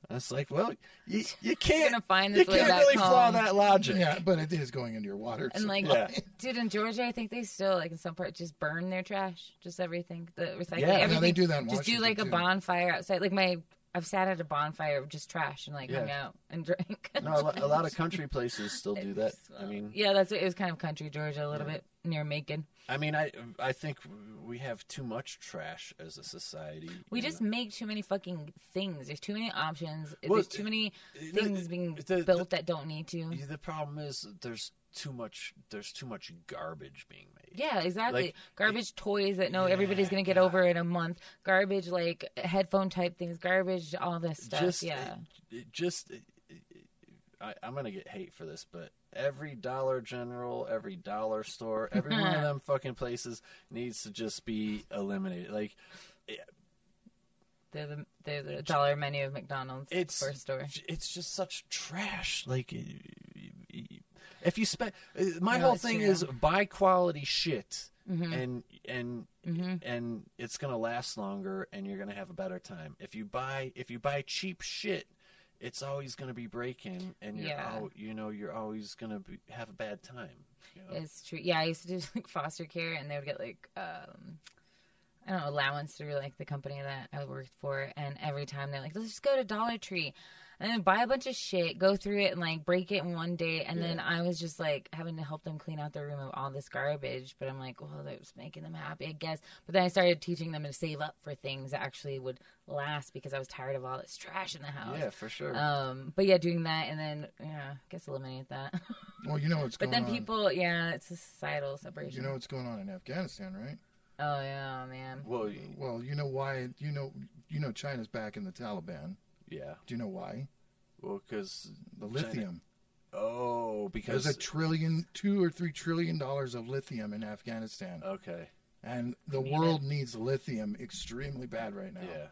C: I was like, "Well, you, you can't
A: gonna find
C: you
A: this way
C: can't
A: back
C: really flaw
A: home.
C: that logic."
B: Yeah, but it is going into your water.
A: And
B: so-
A: like,
C: Yeah.
A: dude, in Georgia, I think they still like in some part just burn their trash, just everything, the recycling,
C: Yeah, yeah, they
A: everything.
B: do that in
A: just do
B: Washington,
A: like a
B: too.
A: bonfire outside. Like my, I've sat at a bonfire of just trash and like
C: Yeah.
A: hung out and drank.
C: No, a, lo- a lot of country places still do that. I mean,
A: yeah, that's it was kind of country Georgia a little bit near Macon.
C: I mean, I I think we have too much trash as a society.
A: We
C: and-
A: just make too many fucking things. There's too many options.
C: Well,
A: There's too many
C: it-
A: things
C: it-
A: being
C: the-
A: built that don't need to.
C: Yeah, The problem is there's too much there's too much garbage being made.
A: Yeah, exactly.
C: Like,
A: garbage toys that no everybody's gonna get over in a month. Garbage like headphone type things. Garbage all this stuff.
C: just
A: yeah,
C: it, it just it- it- I, I'm gonna get hate for this, but every Dollar General, every dollar store, every one of them fucking places needs to just be eliminated. Like
A: they're the they're the dollar menu of McDonald's
C: it's
A: for store.
C: it's just such trash. Like y- y- y- if you spend my
A: No,
C: whole
A: it's
C: thing
A: true.
C: is buy quality shit.
A: Mm-hmm.
C: And and and it's gonna last longer, and you're gonna have a better time. If you buy if you buy cheap shit, it's always gonna be breaking, and you're
A: Yeah.
C: al- you know you're always gonna be, have a bad time. you know?
A: It's true. Yeah, I used to do like foster care, and they would get like um, I don't know allowance through like the company that I worked for, and every time they're like, let's just go to Dollar Tree. And then buy a bunch of shit, go through it, and like break it in one day. And then I was just like having to help them clean out their room of all this garbage. But I'm like, well, that was making them happy, I guess. But then I started teaching them to save up for things that actually would last because I was tired of all this trash in the house.
C: Yeah, for sure.
A: Oh. Um, but yeah, doing that and then yeah, I guess eliminate that.
B: well, you know what's
A: But
B: going
A: then
B: on.
A: people, yeah, it's a societal separation.
B: You know what's going on in Afghanistan, right?
A: oh yeah, man.
C: well,
B: Well, you know why. You know, you know, China's back in the Taliban.
C: yeah.
B: Do you know why?
C: Well, because
B: The lithium.
C: Oh, because
B: There's a trillion, two or three trillion dollars of lithium in Afghanistan,
C: okay,
B: and the
A: Need
B: world needs lithium extremely bad right now.
C: yeah.
A: They're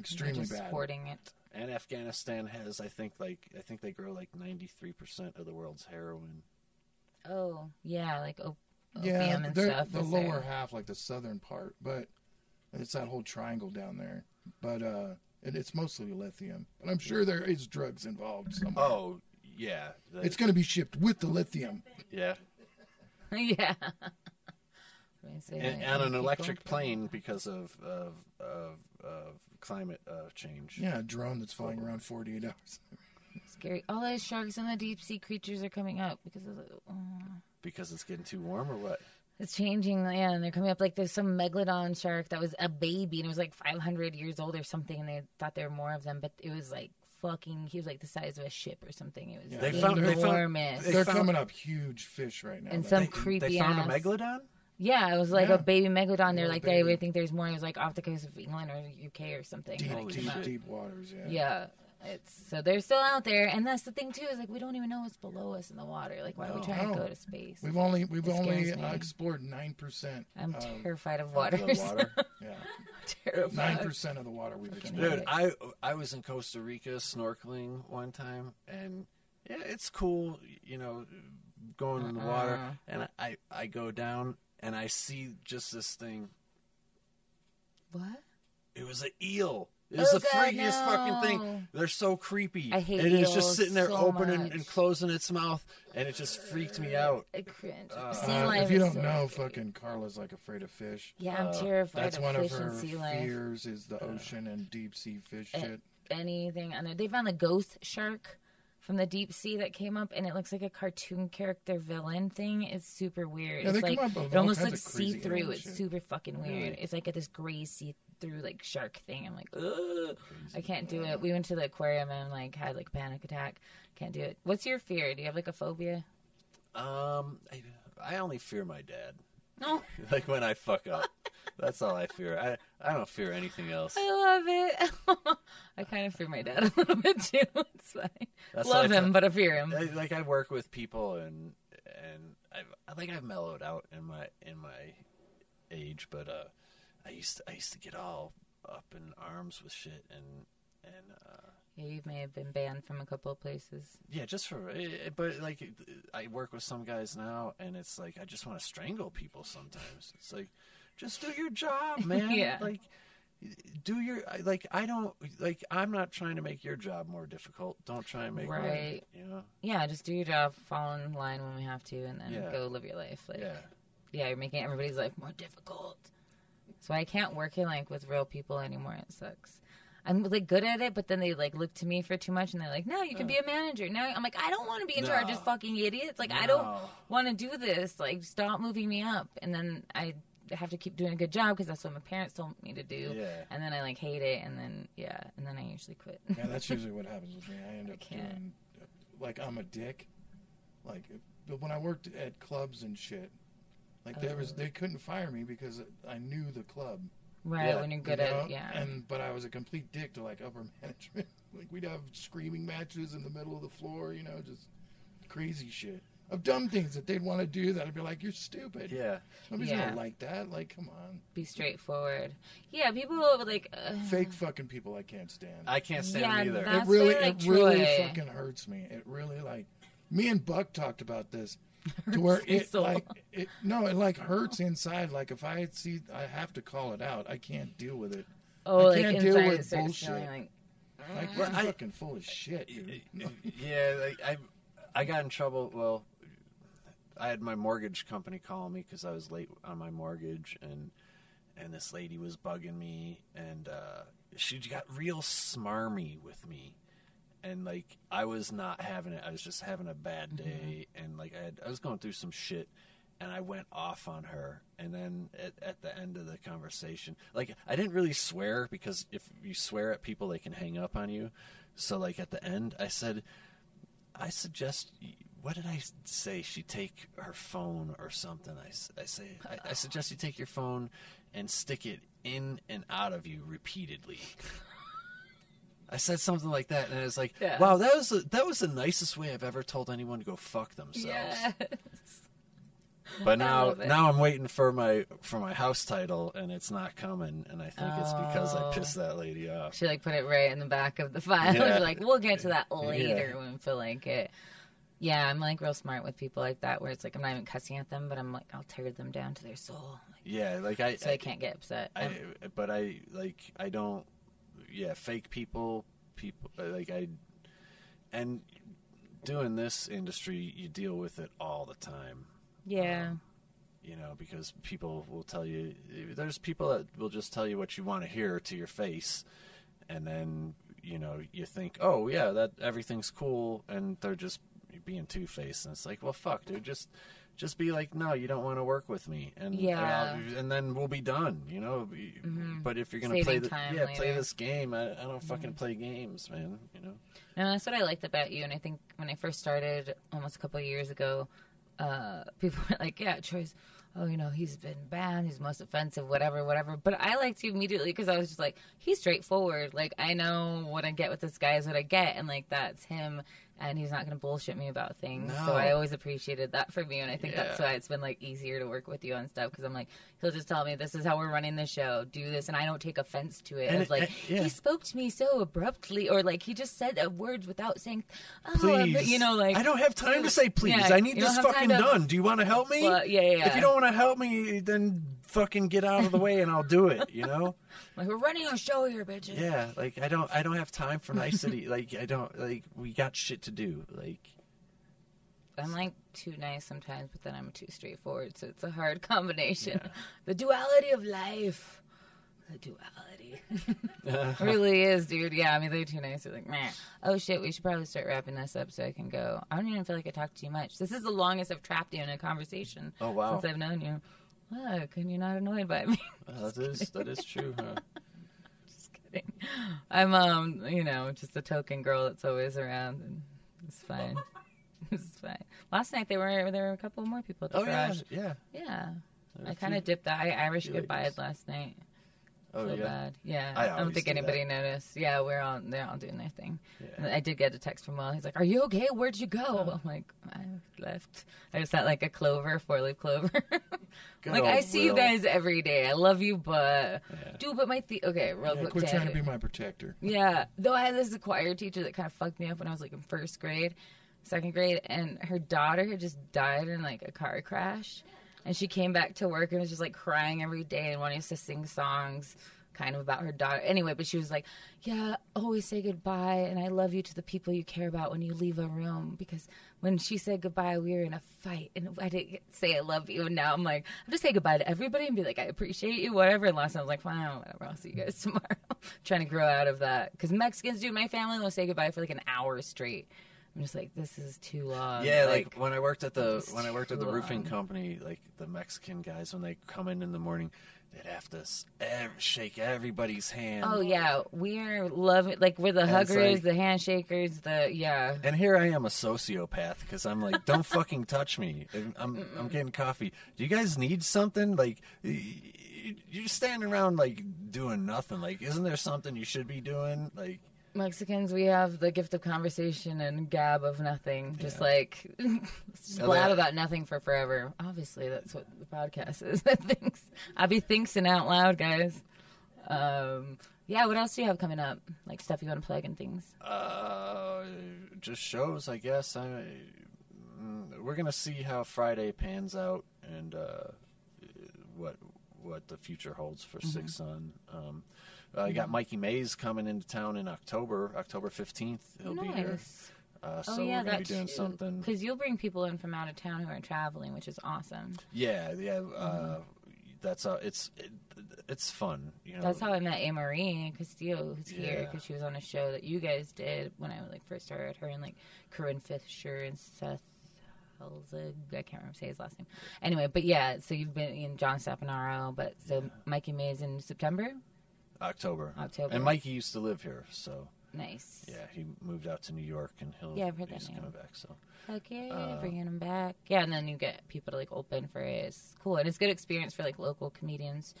B: extremely
A: just
B: bad.
A: hoarding it.
C: And Afghanistan has, I think, like I think they grow like ninety three percent of the world's heroin.
A: Oh yeah, like op- opium
B: yeah,
A: and
B: they're-
A: stuff.
B: the
A: is
B: lower
A: there.
B: half, like the southern part, but it's that whole triangle down there. But uh, it, it's mostly lithium. But I'm sure there is drugs involved somewhere.
C: Oh yeah, the-
B: It's going to be shipped with the lithium.
C: yeah,
A: yeah. Let me see.
C: and,
A: Yeah,
C: and an
A: people.
C: electric plane because of of of, of climate uh, change.
B: Yeah, a drone that's flying around 48 hours.
A: Scary. All those sharks and the deep sea creatures are coming up because of the. oh.
C: Because it's getting too warm or what?
A: It's changing, yeah, and they're coming up. Like there's some megalodon shark that was a baby and it was like 500 years old or something, and they thought there were more of them, but it was like fucking. He was like the size of a ship or something. It was
B: Yeah,
C: They found- they found-
A: enormous.
C: They
B: They're
C: found-
B: coming up huge fish right now.
A: And
B: That-
A: some
C: They-
A: creepy
C: They found
A: ass-
C: a megalodon.
A: Yeah, it was like
B: Yeah.
A: a baby megalodon. They're
B: Yeah,
A: like,
B: baby.
A: they would think there's more. It was like off the coast of England or UK or something.
B: deep,
A: when it
C: Holy
A: came
B: deep,
A: out.
B: deep waters. Yeah.
A: Yeah. It's so they're still out there, and that's the thing too is like we don't even know what's below us in the water. Like, why are we
C: No.
A: trying to
B: No.
A: go to space?
B: We've only we've
A: It
B: only
A: scares me.
B: uh, explored nine percent.
A: I'm terrified of
C: The
A: water.
C: water.
B: Yeah, nine
A: terrified.
B: percent of the water we've explored.
C: Dude, I I was in Costa Rica snorkeling one time, and yeah, it's cool, you know, going in the
A: Uh-uh.
C: water, and I I go down and I see just this thing.
A: What?
C: It was an eel. It is
A: Oh,
C: the
A: God,
C: freakiest fucking
A: no.
C: thing. They're so creepy.
A: I hate
C: and it's just
A: eels
C: sitting there
A: so
C: opening
A: much.
C: and closing its mouth, and it just freaked me out.
A: I cringe.
C: Uh,
A: sea
B: Uh,
A: life
B: if you
A: is
B: don't
A: so
B: know,
A: scary.
B: fucking Carla's like afraid of fish.
A: Yeah, I'm
C: uh,
A: terrified
B: That's
A: of
B: one of
A: fish
B: her
A: and sea life.
B: fears is the ocean and deep sea fish
A: Eh.
B: shit.
A: anything on it. They found a ghost shark from the deep sea that came up, and it looks like a cartoon character villain thing. It's super weird.
B: Yeah, they
A: it's like
B: come up with
A: it
B: all
A: almost
B: kinds
A: looks
B: of crazy
A: see through.
B: alien
A: It's
B: shit.
A: super fucking weird. It's like this gray see through like shark thing. I'm like, ugh, I can't do it. We went to the aquarium and like had like a panic attack. Can't do it. What's your fear? Do you have like a phobia?
C: Um, I, I only fear my dad.
A: No,
C: Like when I fuck up. That's all I fear. I, I don't fear anything else.
A: I love it. I kind of fear my dad a little bit too. It's fine.
C: That's
A: love
C: like-
A: him, but I fear him.
C: I, like I work with people and and I've, I think I've mellowed out in my in my age, but uh, I used to, I used to get all up in arms with shit and and uh,
A: Yeah, you may have been banned from a couple of places.
C: yeah, just for eh, eh, but like I work with some guys now and it's like I just want to strangle people sometimes. It's like just do your job, man.
A: Yeah.
C: Like do your I- like I don't like I'm not trying to make your job more difficult. Don't try and make
A: Right.
C: mine, you know.
A: Yeah, just do your job, fall in line when we have to, and then
C: Yeah.
A: go live your life. Like, yeah.
C: Yeah.
A: you're making everybody's life more difficult. So I can't work in like with real people anymore. It sucks. I'm like good at it, but then they like look to me for too much, and they're like, "No, you can be a manager." No, I'm like, I don't want to be in charge,
C: Uh. No.
A: of fucking idiots. Like, I don't
C: No.
A: want to do this. Like, stop moving me up, and then I have to keep doing a good job because that's what my parents told me to do.
C: Yeah.
A: And then I like hate it, and then yeah, and then I usually quit.
B: Yeah, that's usually what happens with me. I end up
A: can't.
B: doing like I'm a dick. Like, but when I worked at clubs and shit, like there
A: Oh.
B: was they couldn't fire me because I knew the club.
A: right
C: Yeah,
A: when you're
B: you
A: good
B: know?
A: at yeah.
B: And but I was a complete dick to like upper management. like we'd have screaming matches in the middle of the floor, you know, just crazy shit of dumb things that they'd want to do. That I'd be like, you're stupid.
C: Yeah.
B: nobody's
A: Yeah.
B: gonna like that. Like, come on,
A: be straightforward. Yeah, people would, like uh,
B: fake fucking people I can't stand.
C: I can't stand
A: Yeah,
C: it either.
A: that- That's
B: it really,
A: where, like,
B: it really
A: Troy-
B: fucking hurts me. It really like me and Buck talked about this to where
A: me
B: it
A: so
B: like it no, it like hurts inside. Like if I see, I have to call it out. I can't deal with it.
A: oh,
B: I
A: like
B: can't
A: inside
B: deal with
A: it starts feeling
B: bullshit.
A: like
B: Like you're
C: I-
B: fucking full of shit. Dude.
C: yeah, like, I I got in trouble. Well, I had my mortgage company call me because I was late on my mortgage, and and this lady was bugging me, and uh, she got real smarmy with me, and like I was not having it. I was just having a bad day, and like I had, I was going through some shit. And I went off on her, and then at, at the end of the conversation, like I didn't really swear because if you swear at people, they can hang up on you. So like at the end, I said, I suggest. What did I say? She take her phone or something. I, s- I say I, I suggest you take your phone and stick it in and out of you repeatedly. I said something like that, and I was like,
A: Yeah.
C: "Wow, that was a, that was the nicest way I've ever told anyone to go fuck themselves."
A: yeah.
C: But now
A: love it.
C: now I'm waiting for my for my house title, and it's not coming, and I think it's because I
A: Oh.
C: pissed that lady off.
A: She like put it right in the back of the file.
C: Yeah.
A: You're like, we'll get to that later when we feel like it. Yeah, I'm like real smart with people like that, where it's like I'm not even cussing at them, but I'm like I'll tear them down to their soul, like,
C: Yeah, like I
A: so I can't get upset. Um,
C: I,
A: I'm-
C: but I like I don't. Yeah, fake people, people uh, like I, and doing this industry, you deal with it all the time.
A: yeah,
C: You know, because people will tell you. There's people that will just tell you what you want to hear to your face, and then you know you think, oh yeah, that everything's cool, and they're just being two faced, and it's like, well, fuck, dude, just. Just be like, no, you don't want to work with me, and and
A: Yeah. Mm-hmm.
C: I'll- and then we'll be done, you know. Be- But if you're gonna
A: Saving
C: play, the,
A: time
C: yeah, play
A: later. Mm-hmm.
C: this game. I, I don't fucking play games, man. You know.
A: No, that's what I liked about you. And I think when I first started almost a couple of years ago, uh, people were like, yeah, Troy's, oh, you know, he's been bad. He's most offensive, whatever, whatever. But I liked you immediately because I was just like, he's straightforward. Like, I know what I get with this guy is what I get. And like, that's him. And he's not going to bullshit me about things. So
C: No.
A: I always appreciated that from you. And I think that's
C: Yeah.
A: why it's been like easier to work with you on stuff because I'm like, he'll just tell me, this is how we're running the show. Do this. And I don't take offense to it.
C: And
A: And it's
C: it-
A: like,
C: uh, yeah.
A: he spoke to me so abruptly, or like he just said a word without saying, "Oh,
C: Please,
A: abru-" you know, like
C: I don't have time to say please.
A: Yeah,
C: I need
A: you don't
C: this
A: have time
C: fucking
A: to-
C: done. Do you want to help me?
A: Well, yeah, yeah,
C: If you don't want to help me, then fucking get out of the way and I'll do it, you know?
A: Like we're running a show here, bitches.
C: Yeah, like I don't I don't have time for nicety. like I don't like we got shit to do. Like
A: I'm like too nice sometimes, but then I'm too straightforward, so it's a hard combination. The duality of life. The duality. It really is, dude. Yeah, I mean they're too nice. They're like, man. Oh shit, we should probably start wrapping this up so I can go. I don't even feel like I talked to you much. This is the longest I've trapped you in a conversation
C: Oh, wow.
A: since I've known you. Look, and you're not annoyed by me.
C: uh, that is that is true, huh?
A: just kidding. I'm um, you know, just a token girl that's always around and it's fine. it's fine. Last night there were there were a couple more people at the
C: Oh yeah,
A: garage.
C: yeah.
A: Yeah.
C: There were
A: I
C: a
A: kind
C: few-
A: of dipped the I- Irish
C: few ladies.
A: goodbye last night.
C: Oh
A: so
C: yeah.
A: bad. Yeah.
C: I
A: I, don't
C: always
A: think
C: do that.
A: anybody noticed. Yeah, we're all they're all doing their thing. And
C: Yeah.
A: I did get a text from Will. He's like, "Are you okay? Where'd you go?" I'm like, "I left. I just had like a clover, four leaf clover."
C: Good
A: like I
C: old
A: see you
C: Will.
A: guys every day. I love you, but
C: Yeah.
A: dude, but my the okay, real
B: Yeah,
A: quick.
B: quit trying to
A: tangent.
B: be my protector.
A: Yeah. Though I had this choir teacher that kind of fucked me up when I was like in first grade, second grade, and her daughter had just died in like a car crash. And she came back to work and was just like crying every day and wanting us to sing songs kind of about her daughter. Anyway, but she was like, Yeah, always say goodbye and I love you to the people you care about when you leave a room because when she said goodbye, we were in a fight and I didn't get to say I love you. And now I'm like, I'm just say goodbye to everybody and be like, I appreciate you, whatever. And last night I was like, fine, whatever. I'll see you guys tomorrow. Trying to grow out of that because Mexicans, dude, my family will say goodbye for like an hour straight. I'm just like, this is too long.
C: Yeah, like, when I worked at the
A: It's
C: when I worked at the
A: too
C: roofing
A: long.
C: company, like the Mexican guys when they come in in the morning, they'd have to s- ev- shake everybody's hand.
A: Oh yeah, we're loving like we're the
C: And Um, it's
A: huggers,
C: like-
A: the handshakers, the yeah.
C: And here I am, a sociopath, because I'm like, don't fucking touch me. And I'm I'm getting coffee. Do you guys need something? Like, y- y- you're standing around like doing nothing. Like, isn't there something you should be doing? Like,
A: Mexicans, we have the gift of conversation and gab of nothing. Just
C: Yeah.
A: like let's just
C: And
A: blab
C: that-
A: about nothing for forever. Obviously, that's what the podcast is. That thinks I be thinking out loud, guys. Um, yeah. What else do you have coming up? Like stuff you want to plug and things.
C: uh, just shows, I guess. I mm, we're gonna see how Friday pans out and uh, what what the future holds for Six Sun. Um, I got Mikey Mays coming into town in October, October fifteenth. He'll be here. Uh, so
A: oh yeah,
C: we're gonna be
A: that's
C: doing something.
A: Because you'll bring people in from out of town who are traveling, which is awesome.
C: Yeah, yeah. Uh, that's uh, it's it, it's fun. You know,
A: Mm-hmm. That's how I met Anne Marie Castillo, who's here
C: Oh. Yeah.
A: because she was on a show that you guys did when I like first started. Her and like Corinne Fisher and Seth Helzig. I can't remember say his last name. Anyway, but yeah, so you've been in John Stepanaro, but so Mikey Mays in September.
C: October.
A: October.
C: And Mikey used to live here, so
A: Nice.
C: yeah, he moved out to New York, and he'll
A: Yeah, I've heard that
C: he's
A: name.
C: coming back. So
A: Heck yeah,
C: Uh,
A: bringing them back. Yeah, and then you get people to like open for it. It's cool, and it's a good experience for like local comedians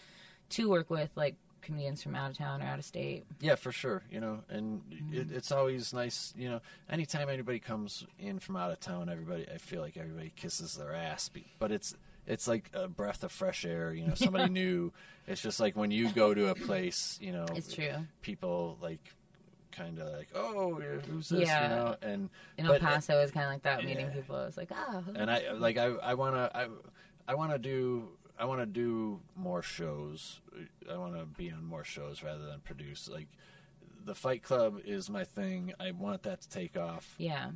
A: to work with like comedians from out of town or out of state.
C: yeah, for sure. You know, and
A: Mm-hmm.
C: it, it's always nice. You know, anytime anybody comes in from out of town, everybody I feel like everybody kisses their ass, be- but it's. It's like a breath of fresh air, you know. Somebody new. It's just like when you go to a place, you know.
A: It's true.
C: People like kind of like, oh, who's this?
A: Yeah.
C: You know, and
A: In El
C: but-
A: Paso, it's kind of like that. Meeting
C: yeah.
A: people, it's like ah. who
C: and I like I I want to I I want to do I want to do more shows. I want to be on more shows rather than produce. Like the Fight Club is my thing. I want that to take off.
A: Yeah.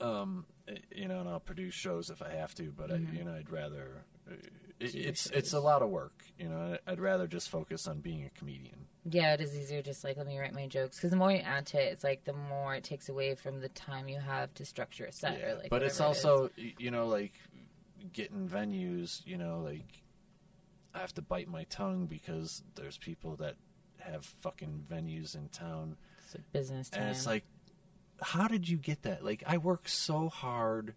C: Um, eh, you know, and I'll produce shows if I have to. But
A: Mm-hmm.
C: I, you know, I'd rather. eh, It, it's it's a lot of work. You know, I'd rather just focus on being a comedian.
A: Yeah, it is easier just like let me write my jokes because the more you add to it, it's like the more it takes away from the time you have to structure a set.
C: Yeah,
A: Or, like,
C: but it's
A: whatever it
C: also y- you know like getting venues. You know, like I have to bite my tongue because there's people that have fucking venues in town,
A: is. It's a business time.
C: and it's like, how did you get that? Like I work so hard,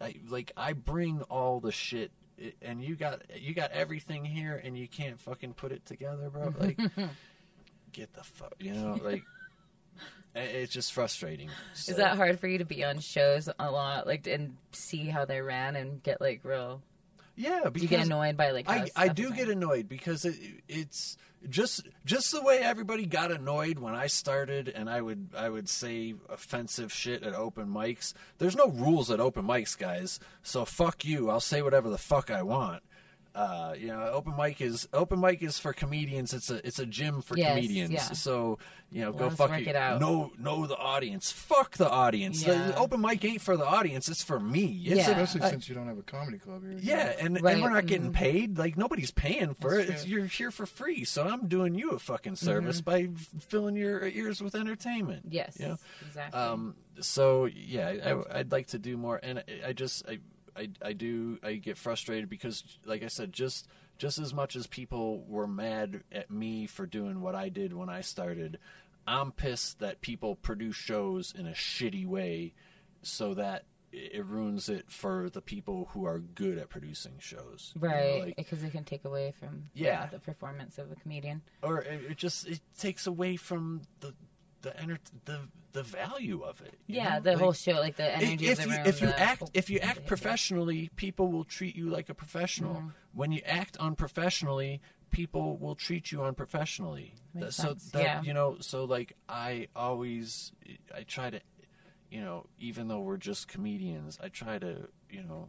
C: I, like I bring all the shit. i- And you got you got everything here, and you can't fucking put it together, bro. Like, get the fuck, you know, like, i- it's just frustrating.
A: is
C: So-
A: that hard for you to be on shows a lot, like and see how they ran and get like real?
C: Yeah, because
A: Do you get annoyed by like? How
C: I, I
A: stuff
C: do
A: is
C: get
A: ran?
C: annoyed because it, it's just just the way everybody got annoyed when I started and I would I would say offensive shit at open mics. There's no rules at open mics, guys. So fuck you. I'll say whatever the fuck I want. Uh, you know, open mic is open mic is for comedians. It's a it's a gym for
A: Yes,
C: comedians.
A: yeah.
C: So you know, go
A: Let 'em
C: fuck
A: work
C: it.
A: it out.
C: Know know the audience. Fuck the audience. The-
A: Yeah.
C: The open mic ain't for the audience. It's for me. It's
A: Yeah.
B: Especially
C: I-
B: since you don't have a comedy club here.
C: yeah, and,
A: Right,
C: and we're not getting
A: mhm.
C: paid. Like nobody's paying for
B: Mm-hmm. That's
C: it. It's,
B: true.
C: you're here for free, so I'm doing you a fucking service by f- filling your ears with entertainment.
A: Mm-hmm. Yes.
C: You know?
A: Exactly.
C: Um. So yeah, I, I'd like to do more, and I, I just I, I I do I get frustrated because, like I said, just just as much as people were mad at me for doing what I did when I started, I'm pissed that people produce shows in a shitty way, so that it ruins it for the people who are good at producing shows. You know,
A: right.
C: like-
A: Because it can take away from
C: Yeah.
A: the performance of a comedian.
C: or it, it just it takes away from the the enter- the the value of it. you
A: Yeah,
C: know?
A: the
C: Like-
A: whole show, like the
C: if,
A: energy
C: if
A: of the
C: you,
A: room.
C: if you
A: the
C: act
A: whole-
C: if you act
A: yeah.
C: professionally, people will treat you like a professional.
A: Mm-hmm.
C: When you act unprofessionally, people will treat you unprofessionally. That-
A: Makes
C: so
A: sense,
C: that
A: yeah.
C: you know, so like I always I try to you know, even though we're just comedians, I try to, you know,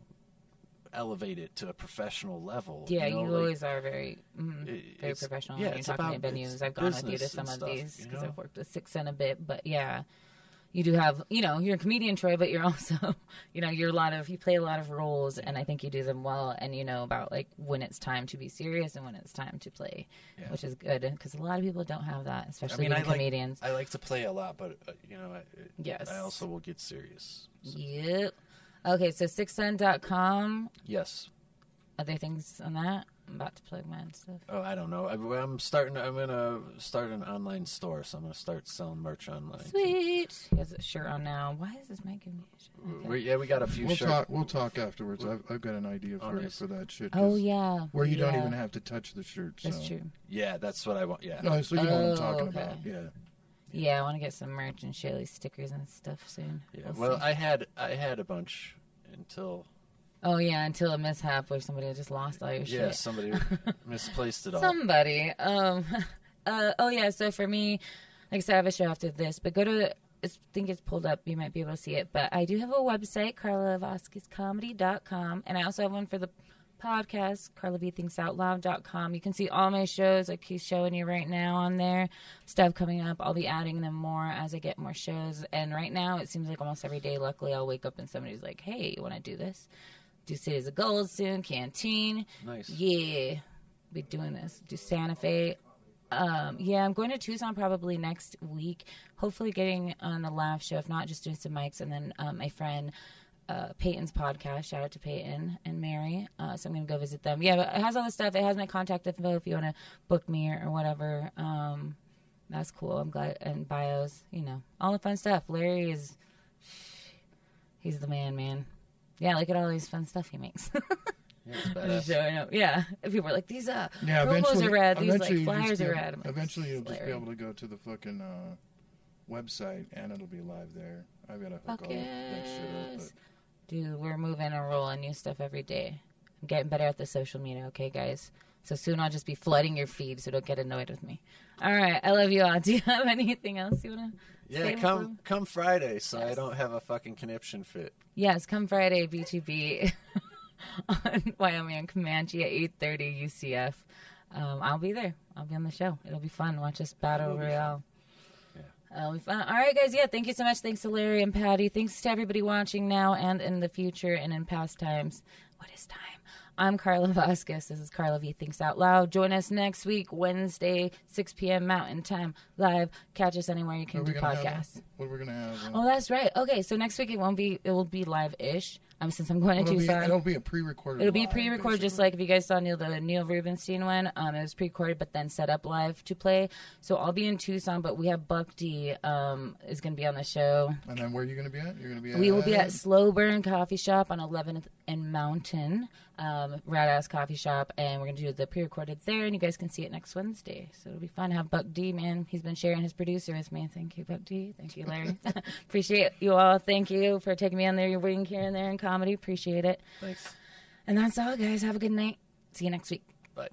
C: elevate it to a professional level.
A: Yeah, you,
C: know, like-
A: always are very mm,
C: it-
A: very
C: it's-
A: professional.
C: yeah,
A: when you're
C: it's
A: talking
C: about-
A: to venues.
C: it's
A: I've gone with you
C: business
A: to
C: and
A: some of
C: stuff,
A: these
C: you
A: because
C: know?
A: I've worked with Six Cent a bit, but yeah, you do have you know you're a comedian, Troy, but you're also you know you're a lot of you play a lot of roles, and I think you do them well, and you know about like when it's time to be serious and when it's time to play,
C: Yeah.
A: which is good because a lot of people don't have that,
C: I
A: especially
C: mean, I
A: even
C: like,
A: comedians.
C: I like to play a lot, but uh, you know, I,
A: Yes.
C: I also will get serious.
A: Yep. Okay, so sixcent.com.
C: Yes,
A: Other things on that? I'm about to plug my own stuff.
C: Oh, I don't know. I, I'm starting. I'm gonna start an online store, so I'm gonna start selling merch online.
A: Sweet. He has a shirt on now. Why is this Mike giving me a shirt? Okay.
C: We, yeah, we got a few
B: We'll
C: shirts.
B: talk. We'll talk afterwards. I've, I've got an idea for
C: Honest.
B: for that shit. 'cause-
A: Oh yeah.
B: Where you don't
A: Yeah.
B: even have to touch the shirt. So.
A: That's true.
C: Yeah, that's what I want. Yeah,
B: Oh, so you know what
A: Oh,
B: I'm talking
A: okay.
B: about? Yeah.
A: Yeah, I want to get some merch and Shaley stickers and stuff soon.
C: yeah.
A: We'll
C: Well,
A: see.
C: I had I had a bunch until
A: oh yeah, until a mishap where somebody just lost all your
C: yeah
A: shit.
C: somebody misplaced it all.
A: Somebody. Um. Uh. Oh yeah. So for me, like I said, I have a show after this, but go to. I think it's pulled up. You might be able to see it, but I do have a website, carlavasquezcomedy.com, and I also have one for the podcast, carlavthinksoutloud.com. You can see all my shows, like he's showing you right now on there. Stuff coming up. I'll be adding them more as I get more shows. And right now, it seems like almost every day. Luckily, I'll wake up and somebody's like, "Hey, you want to do this? Do Cities of Gold soon? Canteen?
C: Nice.
A: Yeah, be doing this. Do Santa Fe. Um, yeah, I'm going to Tucson probably next week. Hopefully, getting on the live show. If not, just doing some mics. And then um, my friend uh, Peyton's podcast. Shout out to Peyton and Mary. Uh, so I'm going to go visit them. Yeah, but it has all this stuff. It has my contact info if you want to book me or, or whatever. Um, that's cool. I'm glad. And bios, you know, all the fun stuff. Larry is, he's the man, man. Yeah, look at all these fun stuff he makes.
C: Yeah, it's
A: I was
C: badass.
A: showing up. Yeah, and people were like, "These uh,
B: Yeah.
A: promos
B: Eventually,
A: are red. These like
B: eventually you'll just
A: flyers
B: be
A: are
B: able-
A: red." I'm like,
B: Eventually, you'll just be
A: Larry.
B: able to go to the fucking uh, website and it'll be live there. I've got to hook
A: Fuck
B: all that shit up.
A: yes. Dude, we're moving and rolling new stuff every day. I'm getting better at the social media, okay, guys? So soon I'll just be flooding your feed, so don't get annoyed with me. All right, I love you all. Do you have anything else you want to
C: Yeah,
A: Same
C: come
A: room.
C: come Friday, so I
A: Yes.
C: don't have a fucking conniption fit.
A: Yes, come Friday, B2B on Wyoming on Comanche at 8.30 UCF. Um, I'll be there. I'll be on the show. It'll be fun. Watch us battle
C: It will be
A: royale.
C: fun.
A: It'll be fun. All right, guys. Yeah, thank you so much. Thanks to Larry and Patty. Thanks to everybody watching now and in the future and in past times. What is time? I'm Carla Vasquez. This is Carla V Thinks Out Loud. Join us next week, Wednesday, 6 p.m. Mountain Time, live. Catch us anywhere you
B: But
A: can
B: are
A: do
B: we gonna
A: podcasts.
B: Have, what are we gonna have? uh,
A: Oh, that's right. Okay, so next week it won't be. It will be live ish. Um, since I'm going to
B: it'll, be,
A: Tucson,
B: it'll be a pre-recorded.
A: it'll be
B: live,
A: pre-recorded, just
B: basically.
A: like if you guys saw Neil the Neil Rubenstein one. Um, it was pre-recorded, but then set up live to play. So I'll be in Tucson, but we have Buck D. Um, is going to be on the show.
B: And then where are you gonna be at? You're gonna be.
A: We will be at
B: at
A: Slow Burn Coffee Shop on 11th and Mountain, um, Rad Ass Coffee Shop, and we're gonna do the pre-recorded there, and you guys can see it next Wednesday. So it'll be fun. Have Buck D, man. He's been sharing his producer with me. Thank you, Buck D. Thank you, Larry. Appreciate you all. Thank you for taking me on there, your wing here and there in comedy. Appreciate it.
C: Thanks.
A: And that's all, guys. Have a good night. See you next week.
C: Bye.